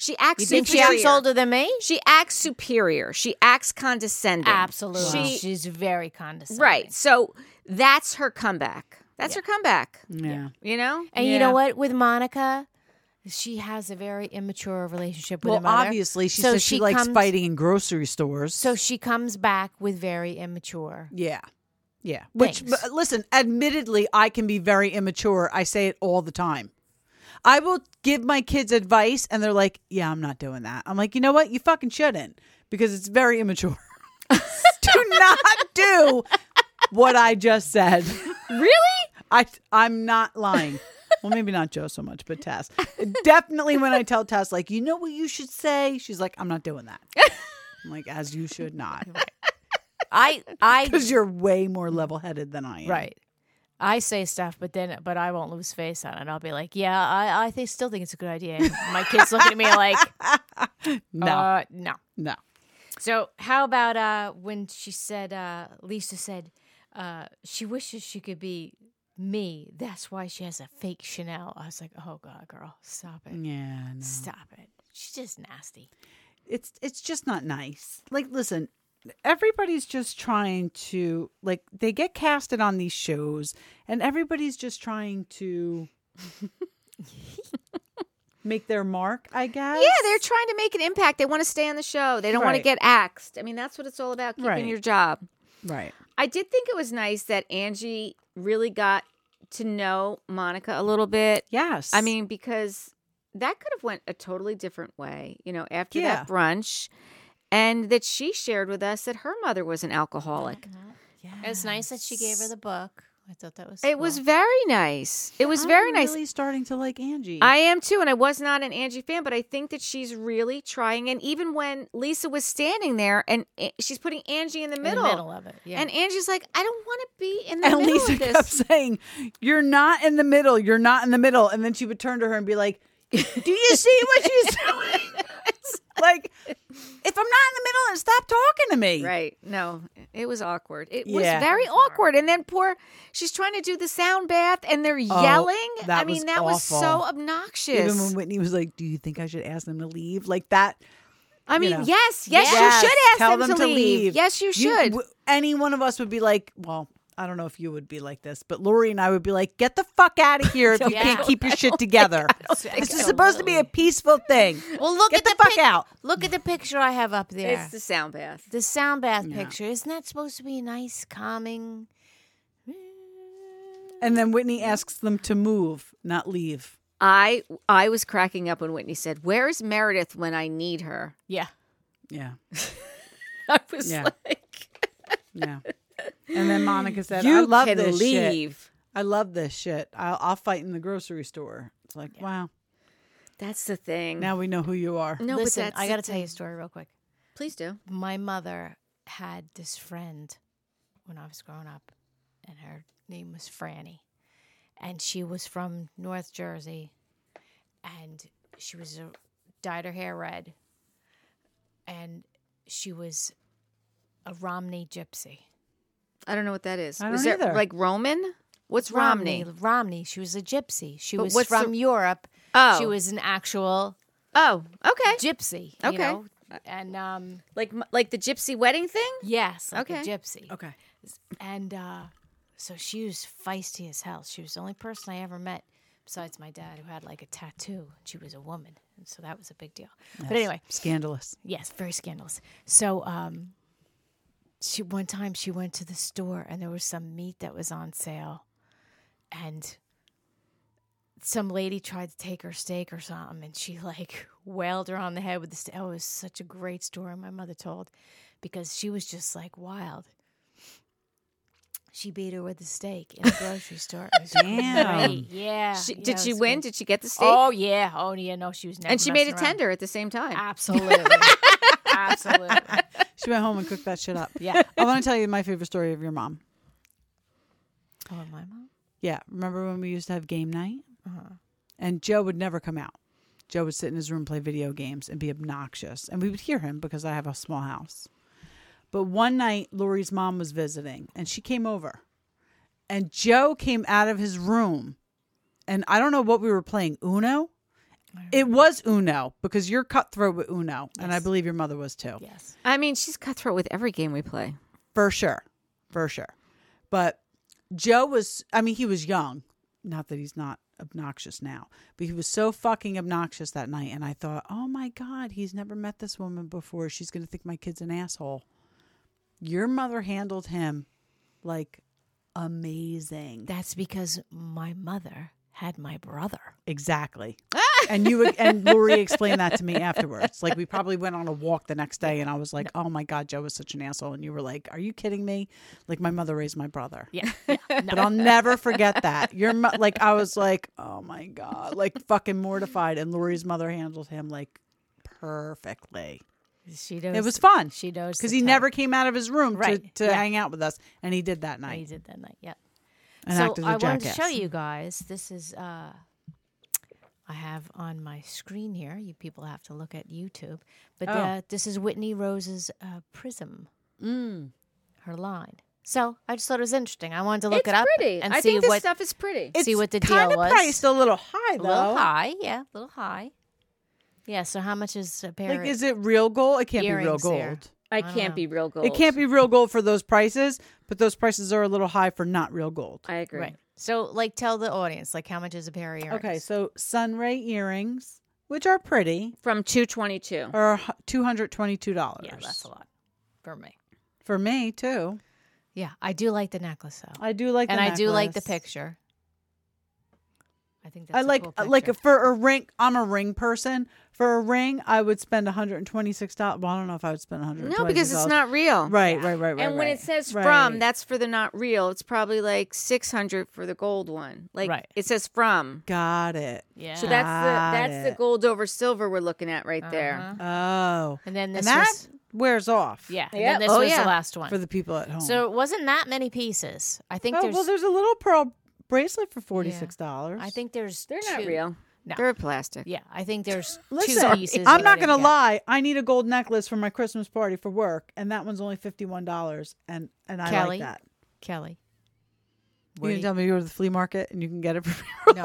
Speaker 1: she acts
Speaker 3: You
Speaker 1: superior.
Speaker 3: think she acts older than me?
Speaker 1: She acts superior. She acts condescending.
Speaker 3: Absolutely.
Speaker 1: She-
Speaker 3: She's very condescending.
Speaker 1: Right. So that's her comeback. That's her comeback.
Speaker 2: Yeah.
Speaker 1: You know?
Speaker 3: And you know
Speaker 2: Yeah.
Speaker 3: what? With Monica, she has a very immature relationship with
Speaker 2: Well,
Speaker 3: her mother.
Speaker 2: obviously, she
Speaker 3: So
Speaker 2: says she,
Speaker 3: she
Speaker 2: likes
Speaker 3: comes-
Speaker 2: fighting in grocery stores.
Speaker 3: So she comes back with very immature.
Speaker 2: yeah, yeah. Which,
Speaker 3: Thanks.
Speaker 2: but uh, listen, admittedly, I can be very immature. I say it all the time. I will give my kids advice, and they're like, "Yeah, I'm not doing that." I'm like, you know what? You fucking shouldn't because it's very immature. do not do what I just said.
Speaker 1: Really?
Speaker 2: I I'm not lying. Well, maybe not Joe so much, but Tess. Definitely when I tell Tess, like, you know what you should say? She's like, I'm not doing that. I'm like, as you should not.
Speaker 3: I I
Speaker 2: Because you're way more level headed than I am.
Speaker 3: right. I say stuff, but then but I won't lose face on it. I'll be like, yeah, I I think, still think it's a good idea. And my kids look at me like,
Speaker 2: No.
Speaker 3: uh, no.
Speaker 2: no.
Speaker 3: So how about uh, when she said uh, Lisa said uh, she wishes she could be me. That's why she has a fake Chanel. I was like, oh god, girl, stop
Speaker 2: Mm.
Speaker 3: it,
Speaker 2: Yeah. No.
Speaker 3: stop it. She's just nasty.
Speaker 2: It's it's just not nice. Like, listen, everybody's just trying to like they get casted on these shows and everybody's just trying to make their mark, I guess.
Speaker 1: Yeah, they're trying to make an impact. They want to stay on the show. They don't want to
Speaker 2: Right.
Speaker 1: get axed. I mean, that's what it's all about, keeping
Speaker 2: Right.
Speaker 1: your job.
Speaker 2: Right.
Speaker 1: I did think it was nice that Angie really got to know Monica a little bit.
Speaker 2: Yes.
Speaker 1: I mean, because that could have went a totally different way, you know, after
Speaker 2: Yeah.
Speaker 1: that brunch. And that she shared with us that her mother was an alcoholic.
Speaker 2: Oh,
Speaker 3: It was nice that she gave her the book. I thought that was.
Speaker 1: It was very nice. It was very nice.
Speaker 2: Really starting to like Angie.
Speaker 1: I am too, and I was not an Angie fan, but I think that she's really trying. And even when Lisa was standing there, and eh, she's putting Angie in the middle,
Speaker 3: middle of it, yeah.
Speaker 1: and Angie's like, "I don't want to be in the
Speaker 2: and
Speaker 1: middle
Speaker 2: Lisa
Speaker 1: of this."
Speaker 2: kept saying, "You're not in the middle. You're not in the middle." And then she would turn to her and be like, "Do you see what she's doing?" It's like, if I'm not in the middle, then stop talking to me.
Speaker 1: Right? No, it was awkward. It was
Speaker 2: Yeah.
Speaker 1: very awkward. And then poor, she's trying to do the sound bath, and they're yelling. I
Speaker 2: Oh, that
Speaker 1: mean,
Speaker 2: was
Speaker 1: that was so
Speaker 2: awful.
Speaker 1: obnoxious.
Speaker 2: Even when Whitney was like, "Do you think I should ask them to leave?" Like that.
Speaker 1: I mean,
Speaker 2: know.
Speaker 1: yes, yes,
Speaker 2: Yes,
Speaker 1: you should ask
Speaker 2: tell
Speaker 1: them, to, leave. Yes, you should.
Speaker 2: w- any one of us would be like, "Well." I don't know if you would be like this, but Lori and I would be like, "Get the fuck out of here if you
Speaker 3: Yeah.
Speaker 2: can't keep your shit together. This is supposed to be a peaceful thing."
Speaker 3: Well, look
Speaker 2: Get
Speaker 3: at
Speaker 2: the
Speaker 3: the,
Speaker 2: fuck out.
Speaker 3: Look at the picture I have up there.
Speaker 1: It's the sound bath.
Speaker 3: the sound bath picture. Isn't that supposed to be a nice, calming?
Speaker 2: And then Whitney asks them to move, not leave.
Speaker 1: I I was cracking up when Whitney said, "Where is Meredith when I need her?"
Speaker 3: Yeah.
Speaker 2: Yeah.
Speaker 1: I was
Speaker 2: Yeah.
Speaker 1: like,
Speaker 2: Yeah. And then Monica said,
Speaker 1: "You
Speaker 2: I love
Speaker 1: can
Speaker 2: this shit.
Speaker 1: leave."
Speaker 2: I love this shit. I'll, I'll fight in the grocery store. It's like, wow,
Speaker 1: That's the thing.
Speaker 2: now we know who you are.
Speaker 1: no,
Speaker 3: Listen,
Speaker 1: but that's
Speaker 3: I
Speaker 1: the
Speaker 3: got to tell
Speaker 1: thing.
Speaker 3: you a story real quick.
Speaker 1: Please do.
Speaker 3: my mother had this friend when I was growing up, and her name was Franny. And she was from North Jersey, and she was a, dyed her hair red, and she was a Romney gypsy.
Speaker 1: I don't know what that is.
Speaker 2: I
Speaker 1: Is
Speaker 2: don't
Speaker 1: that
Speaker 2: either.
Speaker 1: like Roman? What's Romney?
Speaker 3: Romney. She was a gypsy. She
Speaker 1: But
Speaker 3: was
Speaker 1: what's the-
Speaker 3: from Europe.
Speaker 1: Oh.
Speaker 3: She was an actual
Speaker 1: Oh, okay.
Speaker 3: gypsy.
Speaker 1: Okay.
Speaker 3: You know? And um,
Speaker 1: like m- like the gypsy wedding thing?
Speaker 3: yes, like
Speaker 1: Okay.
Speaker 3: a gypsy.
Speaker 2: Okay.
Speaker 3: And uh, so she was feisty as hell. She was the only person I ever met, besides my dad, who had like a tattoo. She was a woman. And so that was a big deal. But anyway,
Speaker 2: Scandalous.
Speaker 3: yes, very scandalous. So um, she one time she went to the store and there was some meat that was on sale. And some lady tried to take her steak or something and she like wailed her on the head with the steak. Oh, it was such a great story my mother told because she was just like wild She beat her with a steak in the grocery store. It was
Speaker 2: Damn.
Speaker 3: great. Yeah.
Speaker 1: She,
Speaker 3: yeah,
Speaker 1: did
Speaker 3: it
Speaker 1: she
Speaker 3: was
Speaker 1: win?
Speaker 3: good.
Speaker 1: Did she get the steak?
Speaker 3: Oh yeah. Oh yeah. No, she was never.
Speaker 1: and she made it
Speaker 3: messing around.
Speaker 1: tender at the same time.
Speaker 3: Absolutely. Absolutely.
Speaker 2: She went home and cooked that shit up.
Speaker 3: Yeah.
Speaker 2: I want to tell you my favorite story of your mom.
Speaker 3: Oh, and my mom.
Speaker 2: Yeah. Remember when we used to have game night? And Joe would never come out. Joe would sit in his room, play video games, and be obnoxious. And we would hear him because I have a small house. But one night, Lori's mom was visiting and she came over. And Joe came out of his room. And I don't know what we were playing Uno. It was Uno because you're cutthroat with Uno. And I believe your mother was too.
Speaker 3: Yes.
Speaker 1: I mean, she's cutthroat with every game we play.
Speaker 2: for sure for sure but joe was i mean he was young not that he's not obnoxious now but he was so fucking obnoxious that night and i thought oh my god he's never met this woman before she's going to think my kid's an asshole your mother handled him like amazing
Speaker 3: That's because my mother had my brother.
Speaker 2: exactly and you would- and lori explained that to me afterwards like we probably went on a walk the next day and i was like oh my god joe was such an asshole and you were like are you kidding me like my mother raised my brother
Speaker 3: Yeah. yeah.
Speaker 2: but I'll never forget that. Your mo- like I was like, oh my god, like fucking mortified. And Lori's mother handled him like perfectly.
Speaker 3: She knows.
Speaker 2: It was fun
Speaker 3: She knows
Speaker 2: because
Speaker 3: the
Speaker 2: he
Speaker 3: type.
Speaker 2: never came out of his room
Speaker 3: Right,
Speaker 2: to, to
Speaker 3: yeah.
Speaker 2: hang out with us, and he did that
Speaker 3: He
Speaker 2: night
Speaker 3: did that night. Yeah.
Speaker 2: and
Speaker 3: so
Speaker 2: acted a
Speaker 3: I wanted
Speaker 2: jackass.
Speaker 3: to show you guys. This is uh, I have on my screen here. You people have to look at YouTube, but uh, this is Whitney Rose's uh, Prism, mm. her line. So I just thought it was interesting. I wanted to look
Speaker 1: it's
Speaker 3: it up
Speaker 1: pretty.
Speaker 3: and
Speaker 1: I
Speaker 3: see
Speaker 1: think this
Speaker 3: what
Speaker 1: stuff is pretty.
Speaker 3: see what the
Speaker 2: Kinda
Speaker 3: deal was.
Speaker 2: priced a little high
Speaker 3: a
Speaker 2: though.
Speaker 3: little high, yeah, a little high. Yeah. So how much is a pair?
Speaker 2: Like,
Speaker 3: of-
Speaker 2: is it real gold? It can't be real
Speaker 3: Earrings
Speaker 2: gold.
Speaker 3: there.
Speaker 1: I can't be real gold.
Speaker 2: It can't be real gold for those prices, but those prices are a little high for not real gold.
Speaker 1: I agree.
Speaker 3: right. So like, tell the audience like how much is a pair of earrings?
Speaker 2: Okay, so sunray earrings, which are pretty,
Speaker 1: From 222.
Speaker 2: are two hundred twenty-two dollars.
Speaker 3: yeah, that's a lot for me.
Speaker 2: For me too.
Speaker 3: Yeah, I do like the necklace though.
Speaker 2: I do like, the
Speaker 3: and I do like the
Speaker 2: necklace.
Speaker 3: picture. I think that's
Speaker 2: I
Speaker 3: a
Speaker 2: like
Speaker 3: cool
Speaker 2: uh, like
Speaker 3: picture.
Speaker 2: a, for a ring. I'm a ring person. For a ring, I would spend 126 dollars. Well, I don't know if I would spend 126.
Speaker 1: No, because it's not real.
Speaker 2: right, right, right, right.
Speaker 1: And when it
Speaker 2: right.
Speaker 1: says
Speaker 2: Right.
Speaker 1: from, that's for the not real. It's probably like 600 for the gold one. Like
Speaker 3: Right.
Speaker 1: it says from.
Speaker 2: got it.
Speaker 3: yeah.
Speaker 1: So that's
Speaker 2: Got
Speaker 1: the that's the
Speaker 2: it.
Speaker 1: gold over silver we're looking at right there.
Speaker 2: Oh,
Speaker 3: and then this
Speaker 2: and that
Speaker 3: was
Speaker 2: wears off.
Speaker 3: yeah, and
Speaker 1: Yeah.
Speaker 3: then this
Speaker 1: Oh,
Speaker 3: was
Speaker 1: yeah.
Speaker 3: the last one.
Speaker 2: for the people at home.
Speaker 3: so it wasn't that many pieces. I think
Speaker 2: oh
Speaker 3: there's
Speaker 2: well, there's a little pearl bracelet for 46 dollars.
Speaker 3: I think there's
Speaker 1: They're not
Speaker 3: two-
Speaker 1: real.
Speaker 3: No.
Speaker 1: They're plastic.
Speaker 3: Yeah, I think there's two
Speaker 2: Listen,
Speaker 3: pieces.
Speaker 2: I'm
Speaker 3: that I
Speaker 2: not
Speaker 3: didn't
Speaker 2: gonna
Speaker 3: get.
Speaker 2: lie. I need a gold necklace for my Christmas party for work, and that one's only fifty one dollars. And and I
Speaker 3: Kelly?
Speaker 2: like that.
Speaker 3: Kelly.
Speaker 2: You can
Speaker 3: Woody.
Speaker 2: tell me you go to the flea market and you can get it for
Speaker 3: No,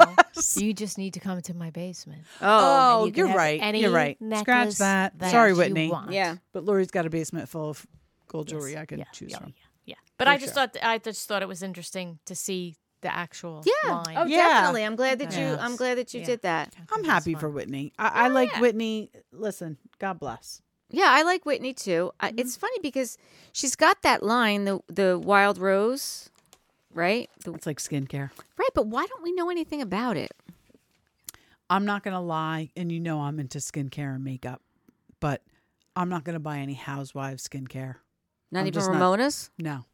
Speaker 3: you just need to come to my basement.
Speaker 1: Oh,
Speaker 3: you can
Speaker 2: you're
Speaker 3: have
Speaker 2: right.
Speaker 3: any
Speaker 2: You're right. Scratch
Speaker 3: necklace
Speaker 2: that. Sorry,
Speaker 3: you
Speaker 2: Whitney.
Speaker 3: want.
Speaker 1: yeah.
Speaker 2: But Lori's got a basement full of gold
Speaker 3: Yes.
Speaker 2: jewelry I could
Speaker 3: Yeah,
Speaker 2: choose
Speaker 3: yeah,
Speaker 2: from.
Speaker 3: Yeah, yeah. But I just thought th- I just thought it was interesting to see the actual
Speaker 1: Yeah.
Speaker 3: line.
Speaker 1: Oh,
Speaker 2: Yeah.
Speaker 1: definitely. I'm glad that you
Speaker 2: Yes.
Speaker 1: I'm glad that you
Speaker 3: Yeah.
Speaker 1: did that.
Speaker 2: I'm happy for Whitney. I, I like Whitney. Listen, God bless.
Speaker 1: Yeah, I like Whitney too. I
Speaker 2: Mm-hmm.
Speaker 1: It's funny because she's got that line the the wild rose, right? The,
Speaker 2: It's like skincare.
Speaker 1: right, but why don't we know anything about it?
Speaker 2: I'm not gonna lie, and you know I'm into skincare and makeup, but I'm not gonna buy any housewives skincare.
Speaker 1: Not
Speaker 2: I'm
Speaker 1: even
Speaker 2: just not-
Speaker 1: Ramona's?
Speaker 2: No.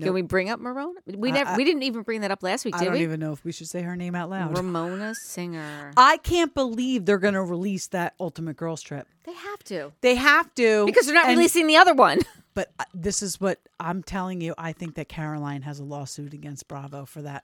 Speaker 1: Can we bring up Ramona? We never
Speaker 2: I-
Speaker 1: we didn't even bring that up last week,
Speaker 2: I
Speaker 1: did
Speaker 2: don't
Speaker 1: we?
Speaker 2: even Uh, know if we should say her name out loud.
Speaker 1: Ramona Singer.
Speaker 2: I can't believe they're gonna release that Ultimate Girls Trip.
Speaker 1: They have to.
Speaker 2: They have to
Speaker 1: Because they're not
Speaker 2: and-
Speaker 1: releasing the other one.
Speaker 2: But uh, this is what I'm telling you. I think that Caroline has a lawsuit against Bravo for that.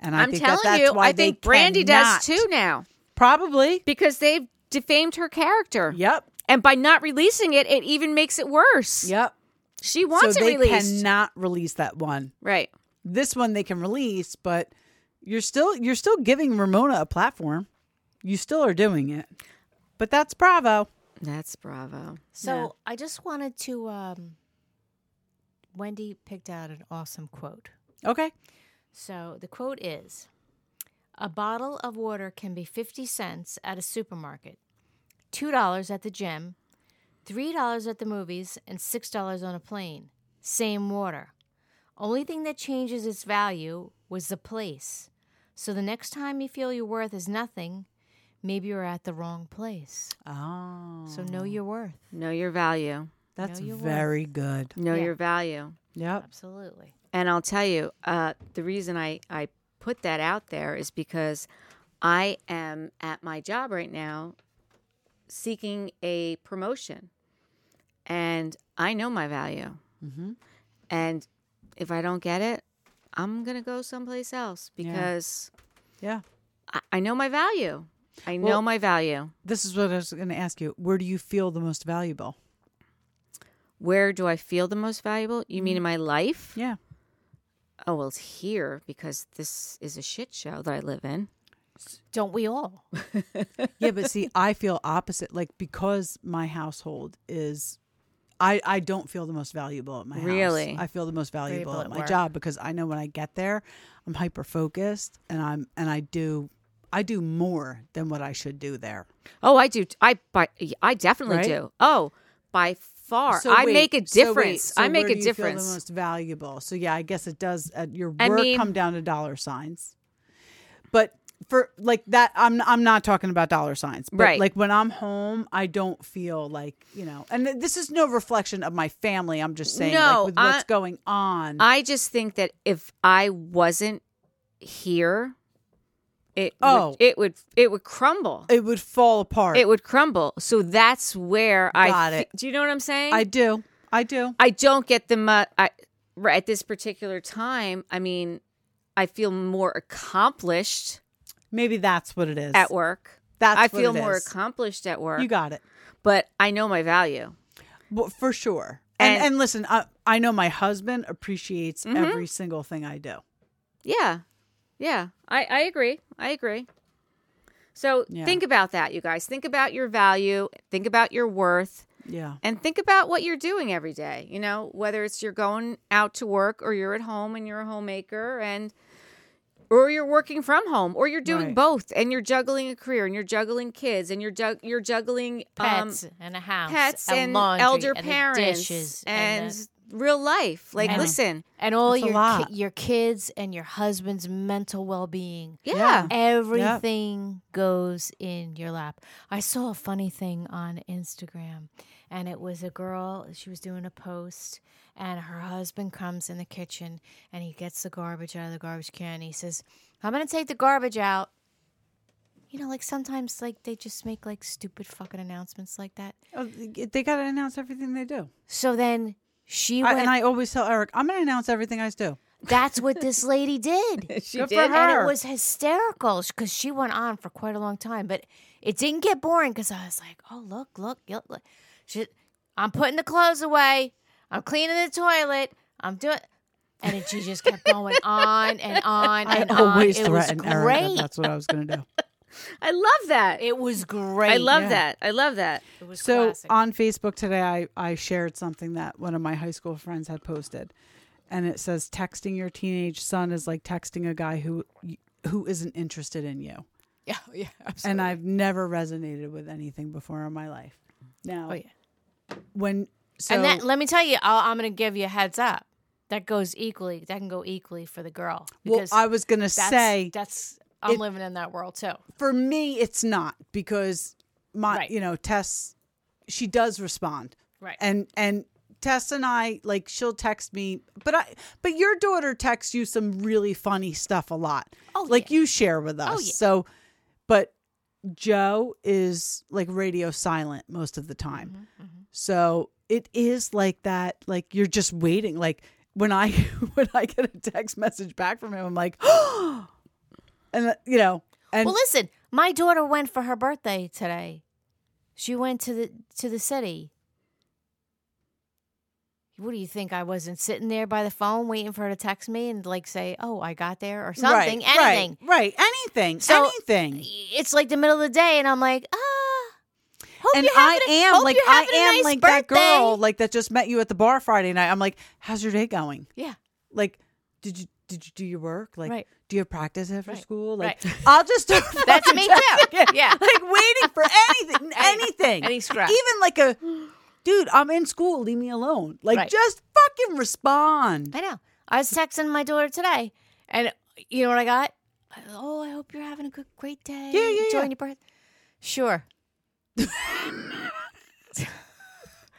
Speaker 2: And I
Speaker 1: I'm
Speaker 2: think
Speaker 1: telling
Speaker 2: that that's
Speaker 1: you,
Speaker 2: why
Speaker 1: I think
Speaker 2: they
Speaker 1: Brandy
Speaker 2: cannot-
Speaker 1: does too now.
Speaker 2: Probably.
Speaker 1: Because they've defamed her character.
Speaker 2: Yep.
Speaker 1: And by not releasing it, it even makes it worse.
Speaker 2: Yep.
Speaker 1: She wants
Speaker 2: so
Speaker 1: it
Speaker 2: they
Speaker 1: released.
Speaker 2: cannot release that one.
Speaker 1: right.
Speaker 2: This one they can release, but you're still you're still giving Ramona a platform. You still are doing it. But that's Bravo.
Speaker 1: That's bravo.
Speaker 3: So I just wanted to. Um, Wendy picked out an awesome quote.
Speaker 2: Okay.
Speaker 3: So the quote is A bottle of water can be 50 cents at a supermarket, $2 at the gym, $3 at the movies, and $6 on a plane. Same water. Only thing that changes its value was the place. So the next time you feel your worth is nothing, maybe you're at the wrong place.
Speaker 2: Oh.
Speaker 3: So know your worth.
Speaker 1: Know your value.
Speaker 2: That's
Speaker 3: No, you
Speaker 2: very good.
Speaker 1: Know
Speaker 3: Yeah.
Speaker 1: your value.
Speaker 2: Yep.
Speaker 3: Absolutely.
Speaker 1: And I'll tell you, uh, the reason I, I put that out there is because I am at my job right now seeking a promotion. And I know my value.
Speaker 2: Mm-hmm.
Speaker 1: And if I don't get it, I'm going to go someplace else because
Speaker 2: Yeah.
Speaker 1: I, I know my value. I know
Speaker 2: Well-
Speaker 1: my value.
Speaker 2: This is what I was going to ask you. Where do you feel the most valuable?
Speaker 1: Where do I feel the most valuable? You mean in my life?
Speaker 2: Mm-hmm. Yeah.
Speaker 1: Oh, well, it's here because this is a shit show that I live in.
Speaker 3: Don't we all?
Speaker 2: Yeah, but see, I feel opposite. Like because my household is, I I don't feel the most valuable at my house.
Speaker 1: Really?
Speaker 2: I feel the most valuable
Speaker 3: Valuable
Speaker 2: at
Speaker 3: at
Speaker 2: my
Speaker 3: work.
Speaker 2: job because I know when I get there, I'm hyper focused and I'm and I do I do more than what I should do there.
Speaker 1: Oh, I do. I by, I definitely
Speaker 2: Right?
Speaker 1: do. Oh, by far,
Speaker 2: So
Speaker 1: I
Speaker 2: wait,
Speaker 1: make a
Speaker 2: so wait,
Speaker 1: difference.
Speaker 2: so
Speaker 1: I make
Speaker 2: where
Speaker 1: a
Speaker 2: do you feel
Speaker 1: difference.
Speaker 2: the most valuable. So yeah, I guess it does at your work
Speaker 1: I mean-
Speaker 2: come down to dollar signs. But for like that I'm I'm not talking about dollar signs. But
Speaker 1: Right.
Speaker 2: like when I'm home, I don't feel like, you know, and th- this is no reflection of my family. I'm just saying
Speaker 1: No,
Speaker 2: like with what's
Speaker 1: I-
Speaker 2: going on.
Speaker 1: I just think that if I wasn't here, it
Speaker 2: Oh.
Speaker 1: would, it would it would crumble.
Speaker 2: it would fall apart.
Speaker 1: It would crumble. So that's where I
Speaker 2: Got
Speaker 1: fe-
Speaker 2: it.
Speaker 1: do. You know what I'm saying?
Speaker 2: I do. I do.
Speaker 1: I don't get the mu- I, right at this particular time. I mean, I feel more accomplished
Speaker 2: Maybe that's what it is.
Speaker 1: at work.
Speaker 2: That's
Speaker 1: I
Speaker 2: what
Speaker 1: feel
Speaker 2: it
Speaker 1: more
Speaker 2: is.
Speaker 1: accomplished at work,
Speaker 2: You got it.
Speaker 1: but I know my value.
Speaker 2: Well, for sure. And and,
Speaker 1: And-
Speaker 2: listen, I, I know my husband appreciates every single thing I do.
Speaker 1: Yeah. Yeah. I, I agree. I agree. So
Speaker 2: Yeah.
Speaker 1: think about that, you guys. Think about your value, think about your worth,
Speaker 2: Yeah.
Speaker 1: and think about what you're doing every day. You know, whether it's you're going out to work or you're at home and you're a homemaker and or you're working from home or you're doing
Speaker 2: Right.
Speaker 1: both and you're juggling a career and you're juggling kids and you're jug- you're juggling um,
Speaker 3: Pets and a house.
Speaker 1: pets
Speaker 3: and,
Speaker 1: and
Speaker 3: laundry
Speaker 1: elder
Speaker 3: and the
Speaker 1: parents
Speaker 3: dishes
Speaker 1: and,
Speaker 3: the-
Speaker 1: real life. Like
Speaker 3: Yeah.
Speaker 1: listen.
Speaker 3: and all
Speaker 2: That's a
Speaker 3: your
Speaker 2: lot.
Speaker 3: ki- your kids and your husband's mental well being.
Speaker 1: yeah.
Speaker 3: Everything goes in your lap. I saw a funny thing on Instagram, and it was a girl. She was doing a post, and her husband comes in the kitchen and he gets the garbage out of the garbage can. And he says, I'm going to take the garbage out. You know, like sometimes, like they just make like stupid fucking announcements like that.
Speaker 2: Oh, they- they got to announce everything they do.
Speaker 3: So then she
Speaker 2: I,
Speaker 3: went.
Speaker 2: and I always tell Eric, I'm going to announce everything I do.
Speaker 3: that's what this lady did.
Speaker 1: She
Speaker 2: Good
Speaker 1: did.
Speaker 2: for her.
Speaker 3: And it was hysterical because she went on for quite a long time, but it didn't get boring because I was like, oh, look, look, look. look. She, I'm putting the clothes away. I'm cleaning the toilet. I'm doing. And then she just kept going on and on
Speaker 2: I
Speaker 3: and
Speaker 2: always
Speaker 3: on. uh, It was
Speaker 2: threaten Eric
Speaker 3: great.
Speaker 2: that that's what I was going to do.
Speaker 1: I love that.
Speaker 3: it was great.
Speaker 1: I love
Speaker 2: yeah.
Speaker 1: that. I love that.
Speaker 3: It was
Speaker 2: so
Speaker 3: classic.
Speaker 2: on Facebook today, I, I shared something that one of my high school friends had posted. And it says, texting your teenage son is like texting a guy who who isn't interested in you.
Speaker 3: yeah, oh, yeah.
Speaker 2: And I've never resonated with anything before in my life. Now,
Speaker 3: Oh, yeah.
Speaker 2: when so
Speaker 3: and that, let me tell you, I'll, I'm going to give you a heads up. That goes equally. That can go equally for the girl.
Speaker 2: well,
Speaker 3: Because
Speaker 2: I was going to
Speaker 3: that's,
Speaker 2: say
Speaker 3: that's I'm living in that world too.
Speaker 2: for me it's not because my
Speaker 3: Right.
Speaker 2: you know tess she does respond
Speaker 3: Right.
Speaker 2: and and tess and i like she'll text me but i but your daughter texts you some really funny stuff a lot
Speaker 3: Oh,
Speaker 2: like you share with us
Speaker 3: yeah.
Speaker 2: so but joe is like radio silent most of the time
Speaker 3: Mm-hmm,
Speaker 2: so it is like that like you're just waiting like when i when i get a text message back from him i'm like and uh, you know and
Speaker 3: Well, listen, my daughter went for her birthday today. She went to the to the city. What do you think? I wasn't sitting there by the phone waiting for her to text me and like say, "Oh, I got there" or something,
Speaker 2: Right,
Speaker 3: anything.
Speaker 2: Right, right, anything,
Speaker 3: So-
Speaker 2: anything.
Speaker 3: It's like the middle of the day, and I'm like, ah. Hope
Speaker 2: And
Speaker 3: you're
Speaker 2: I
Speaker 3: having a-
Speaker 2: am
Speaker 3: hope
Speaker 2: like
Speaker 3: you're
Speaker 2: I
Speaker 3: having a
Speaker 2: am
Speaker 3: nice
Speaker 2: like that
Speaker 3: birthday.
Speaker 2: girl like that just met you at the bar Friday night. I'm like, how's your day going?
Speaker 3: Yeah,
Speaker 2: Like, did you did you do your work? Like,
Speaker 3: Right.
Speaker 2: do you have practice after
Speaker 3: Right,
Speaker 2: school? Like,
Speaker 3: right.
Speaker 2: I'll just start
Speaker 3: that's me too. Yeah,
Speaker 2: like waiting for anything, anything,
Speaker 3: any scrap.
Speaker 2: even like a dude. I'm in school. Leave me alone. Like,
Speaker 3: Right.
Speaker 2: just fucking respond.
Speaker 3: I know. I was texting my daughter today, and you know what I got? Oh, I hope you're having a good, great day.
Speaker 2: Yeah, yeah,
Speaker 3: enjoying
Speaker 2: yeah.
Speaker 3: your birth. Sure.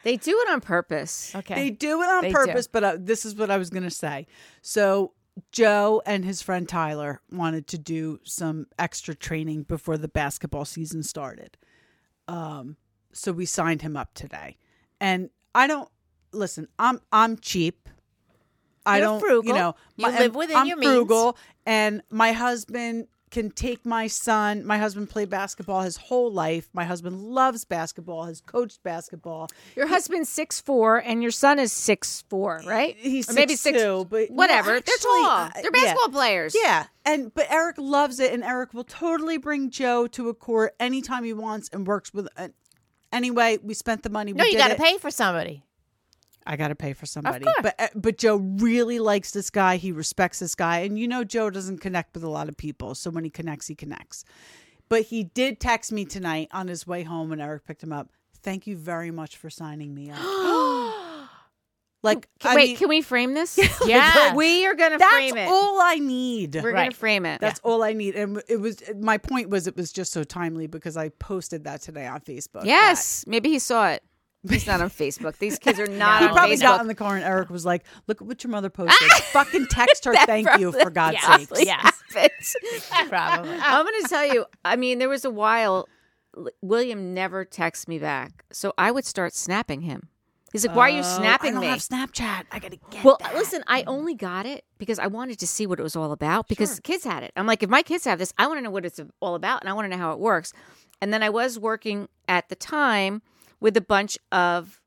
Speaker 1: They do it on purpose.
Speaker 3: Okay.
Speaker 2: They do it on
Speaker 3: They do.
Speaker 2: purpose, but uh, this is what I was going to say. So, Joe and his friend Tyler wanted to do some extra training before the basketball season started. Um, so we signed him up today. And I don't listen, I'm I'm cheap. I
Speaker 3: You're
Speaker 2: don't you
Speaker 3: frugal.
Speaker 2: know,
Speaker 3: You live within
Speaker 2: I'm
Speaker 3: your means.
Speaker 2: frugal and my husband can take my son. My husband played basketball his whole life. My husband loves basketball, has coached basketball.
Speaker 1: Your husband's six four and your son is six four, right?
Speaker 2: He's
Speaker 1: Or maybe
Speaker 2: 6'2",
Speaker 1: six
Speaker 2: but- no,
Speaker 1: whatever.
Speaker 2: actually,
Speaker 1: They're tall.
Speaker 2: uh,
Speaker 1: They're
Speaker 2: yeah.
Speaker 1: basketball players.
Speaker 2: Yeah, and but Eric loves it, and Eric will totally bring Joe to a court anytime he wants and works with. Uh, anyway, we spent the money.
Speaker 3: no,
Speaker 2: we did
Speaker 3: you got to
Speaker 2: it.
Speaker 3: pay for somebody.
Speaker 2: I gotta pay for somebody.
Speaker 3: course.
Speaker 2: But uh, but Joe really likes this guy. He respects this guy, and you know Joe doesn't connect with a lot of people. So when he connects, he connects. But he did text me tonight on his way home when Eric picked him up. Thank you very much for signing me up. like I
Speaker 1: Wait,
Speaker 2: mean,
Speaker 1: can we frame this?
Speaker 3: Yeah.
Speaker 1: we are gonna
Speaker 2: that's
Speaker 1: frame it.
Speaker 2: all I need.
Speaker 1: We're gonna
Speaker 3: Right.
Speaker 1: frame it.
Speaker 2: That's all I need. And it was my point was it was just so timely because I posted that today on Facebook.
Speaker 1: yes. Maybe he saw it. He's not on Facebook. These kids are
Speaker 2: that-
Speaker 1: not
Speaker 2: He
Speaker 1: on
Speaker 2: probably
Speaker 1: Facebook.
Speaker 2: got in the car and Eric was like, "Look at what your mother posted. Fucking text her. Thank you for God's
Speaker 1: Yeah.
Speaker 2: sake."
Speaker 1: Probably
Speaker 3: Yeah.
Speaker 1: happened.
Speaker 3: Probably.
Speaker 1: I'm gonna tell you. I mean, there was a while L- William never texts me back, so I would start snapping him. He's like, "Why are you snapping
Speaker 2: Oh, I don't
Speaker 1: me?"
Speaker 2: have Snapchat. I gotta get.
Speaker 1: Well, listen, I only got it because I wanted to see what it was all about because kids had it. I'm like, if my kids have this, I want to know what it's all about and I want to know how it works. And then I was working at the time with a bunch of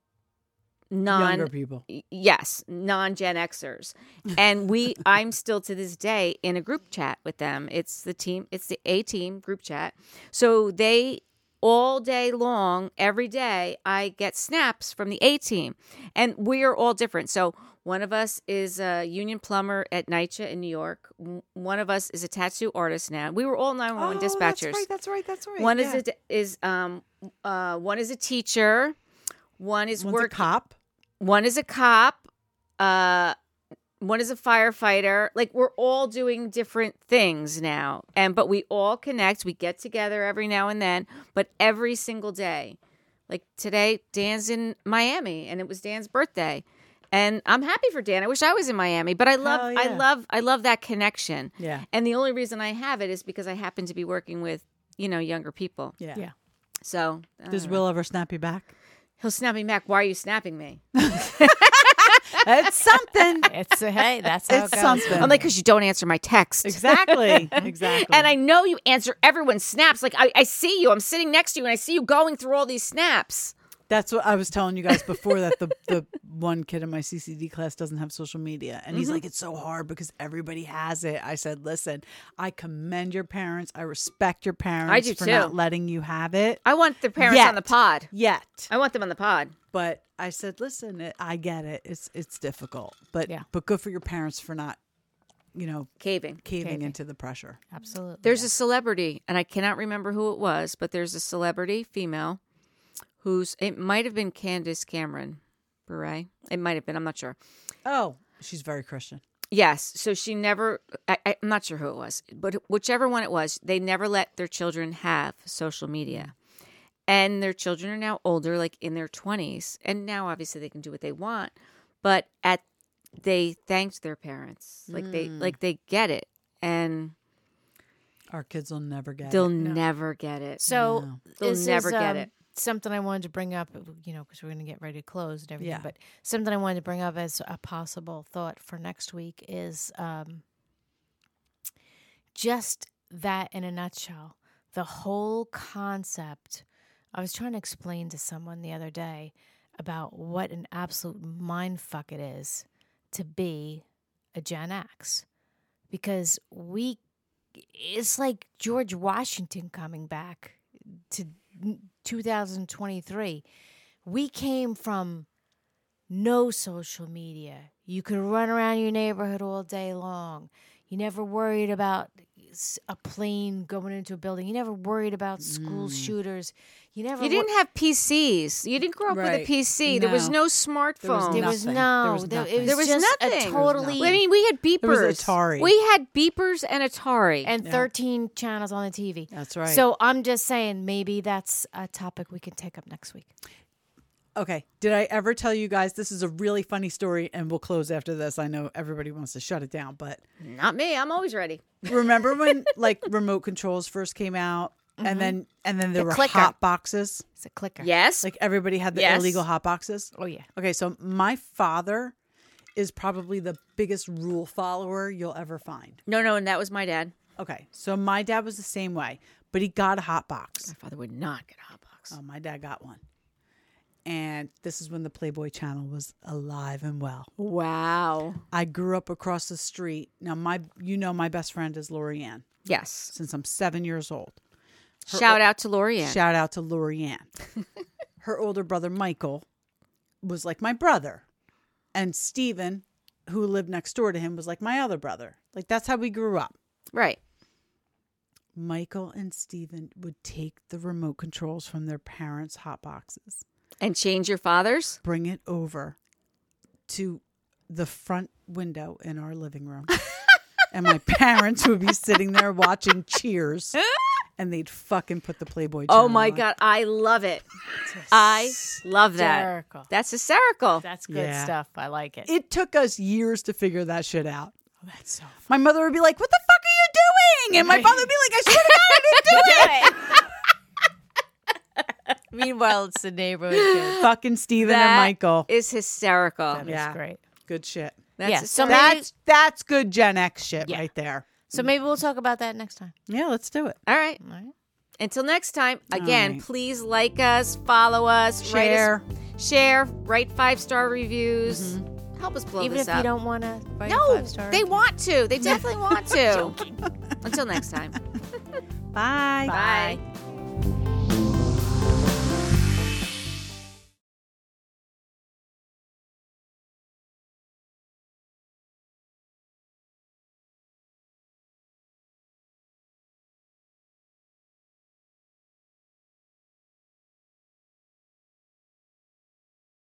Speaker 1: non
Speaker 2: younger people.
Speaker 1: y- yes, non Gen Xers. And we, I'm still to this day in a group chat with them. It's the team, it's the A team group chat. So they, all day long, every day, I get snaps from the A team. And we are all different. So one of us is a union plumber at NYCHA in New York. W- One of us is a tattoo artist now. We were all 911 dispatchers.
Speaker 2: Oh, That's right. That's right. That's right.
Speaker 1: One
Speaker 2: yeah.
Speaker 1: is a, is um uh one is a teacher, one is
Speaker 2: One's a
Speaker 1: work
Speaker 2: cop.
Speaker 1: one is a cop uh one is a firefighter like we're all doing different things now and but we all connect we get together every now and then but every single day like today dan's in miami and it was dan's birthday and i'm happy for dan i wish i was in miami but i love
Speaker 2: Hell
Speaker 1: i
Speaker 2: yeah.
Speaker 1: love i love that connection
Speaker 2: Yeah.
Speaker 1: and the only reason i have it is because i happen to be working with you know younger people
Speaker 2: Yeah.
Speaker 3: Yeah.
Speaker 1: so I
Speaker 2: Does
Speaker 1: don't know.
Speaker 2: Will ever snap you back?
Speaker 1: he'll snap me back why are you snapping me
Speaker 2: It's something.
Speaker 3: It's a, hey, that's how
Speaker 2: It's
Speaker 3: it goes.
Speaker 2: something.
Speaker 1: i'm like because you don't answer my text
Speaker 2: exactly. Exactly.
Speaker 1: And I know you answer everyone's snaps. Like I, I see you. I'm sitting next to you and I see you going through all these snaps.
Speaker 2: That's what I was telling you guys before that the the one kid in my CCD class doesn't have social media and
Speaker 1: Mm-hmm.
Speaker 2: he's like it's so hard because everybody has it. I said, "Listen, I commend your parents. I respect your parents
Speaker 1: do
Speaker 2: for
Speaker 1: too.
Speaker 2: not letting you have it."
Speaker 1: I want the parents
Speaker 2: Yet.
Speaker 1: on the pod.
Speaker 2: Yet,
Speaker 1: I want them on the pod.
Speaker 2: but I said, "Listen, it, I get it. It's it's difficult, but
Speaker 3: Yeah.
Speaker 2: but good for your parents for not, you know,
Speaker 1: Caving.
Speaker 2: caving, into the pressure."
Speaker 3: Absolutely.
Speaker 1: There's a celebrity, and I cannot remember who it was, but there's a celebrity female who's it might have been Candace Cameron Bure. It might have been. I'm not sure.
Speaker 2: Oh, she's very Christian.
Speaker 1: Yes. So she never, I, I- I'm not sure who it was, but whichever one it was, they never let their children have social media. And their children are now older, like in their 20s. And now obviously they can do what they want, but at, they thanked their parents. Like they, like they get it and
Speaker 2: Our kids will never get
Speaker 1: they'll
Speaker 2: it.
Speaker 1: never get it.
Speaker 3: So
Speaker 1: They'll
Speaker 3: this
Speaker 1: never
Speaker 3: is,
Speaker 1: get
Speaker 3: um,
Speaker 1: it.
Speaker 3: Something I wanted to bring up, uh, you know, because we're going to get ready to close and everything.
Speaker 2: Yeah.
Speaker 3: But something I wanted to bring up as a possible thought for next week is um, just that in a nutshell. The whole concept. I was trying to explain to someone the other day about what an absolute mind fuck it is to be a Gen X because we it's like George Washington coming back to 2023. We came from no social media. You could run around your neighborhood all day long. You never worried about s- a plane going into a building. You never worried about school shooters. You never
Speaker 1: You
Speaker 3: wor-
Speaker 1: didn't have PCs. You didn't grow up with
Speaker 2: Right.
Speaker 1: a PC. There was
Speaker 2: No.
Speaker 1: no smartphone.
Speaker 3: there
Speaker 2: nothing.
Speaker 3: was
Speaker 2: There
Speaker 3: no
Speaker 2: was
Speaker 3: there,
Speaker 2: nothing.
Speaker 3: It was
Speaker 1: There was
Speaker 3: just
Speaker 1: nothing. There
Speaker 3: a
Speaker 1: was
Speaker 3: totally
Speaker 1: I mean, we had beepers.
Speaker 2: was Atari.
Speaker 1: We had beepers and Atari.
Speaker 3: and 13 channels on the TV.
Speaker 2: That's right.
Speaker 3: So I'm just saying maybe that's a topic we can take up next week.
Speaker 2: Okay. Did I ever tell you guys this is a really funny story and we'll close after this. I know everybody wants to shut it down, but
Speaker 1: Not me. I'm always ready.
Speaker 2: remember when like remote controls first came out and then and then there were
Speaker 3: clicker.
Speaker 2: hot boxes?
Speaker 3: It's a clicker.
Speaker 1: Yes.
Speaker 2: Like everybody had the
Speaker 1: Yes.
Speaker 2: illegal hot boxes?
Speaker 3: Oh yeah.
Speaker 2: Okay, so my father is probably the biggest rule follower you'll ever find.
Speaker 1: no, no, and that was my dad.
Speaker 2: Okay, so my dad was the same way, but he got a hot box.
Speaker 1: My father would not get a hot box.
Speaker 2: Oh, my dad got one. And this is when the Playboy Channel was alive and well.
Speaker 1: Wow.
Speaker 2: I grew up across the street. Now, my you know my best friend is Lorianne
Speaker 1: Yes.
Speaker 2: since I'm seven years old.
Speaker 1: Shout out to Lorianne.
Speaker 2: Shout out to Lorianne. Her older brother Michael was like my brother, and Steven, who lived next door to him, was like my other brother. Like that's how we grew up.
Speaker 1: right.
Speaker 2: Michael and Steven would take the remote controls from their parents' hot boxes,
Speaker 1: And change your father's.
Speaker 2: bring it over to the front window in our living room. and my parents would be sitting there watching Cheers, and they'd fucking put the Playboy.
Speaker 1: Oh
Speaker 2: Channel
Speaker 1: my
Speaker 2: on.
Speaker 1: God. I love it. I love that.
Speaker 3: hysterical.
Speaker 1: That's hysterical.
Speaker 3: That's good
Speaker 2: Yeah.
Speaker 3: stuff. I like it.
Speaker 2: It took us years to figure that shit out.
Speaker 3: That's so
Speaker 2: My mother would be like, "What the fuck are you doing?" And my father would be like, "I swear to God, I didn't do
Speaker 3: Meanwhile, it's the neighborhood kid.
Speaker 2: it." fucking Steven and
Speaker 1: That
Speaker 2: Michael.
Speaker 1: is hysterical.
Speaker 3: That's
Speaker 2: Yeah.
Speaker 3: great.
Speaker 2: good shit.
Speaker 1: That's
Speaker 3: Yeah,
Speaker 1: hysterical.
Speaker 3: somebody-
Speaker 2: That's that's good Gen X shit
Speaker 3: Yeah.
Speaker 2: right there.
Speaker 3: So maybe we'll talk about that next time.
Speaker 2: Yeah, let's do it.
Speaker 1: All right.
Speaker 3: All right.
Speaker 1: Until next time, again,
Speaker 2: right.
Speaker 1: please like us, follow us,
Speaker 2: Share.
Speaker 1: write us, share, write five star reviews. Help us blow
Speaker 3: Even
Speaker 1: this
Speaker 3: if
Speaker 1: up.
Speaker 3: you don't want to write a
Speaker 1: no,
Speaker 3: five star.
Speaker 1: they want to. They definitely want to. Until next time.
Speaker 2: Bye.
Speaker 1: Bye.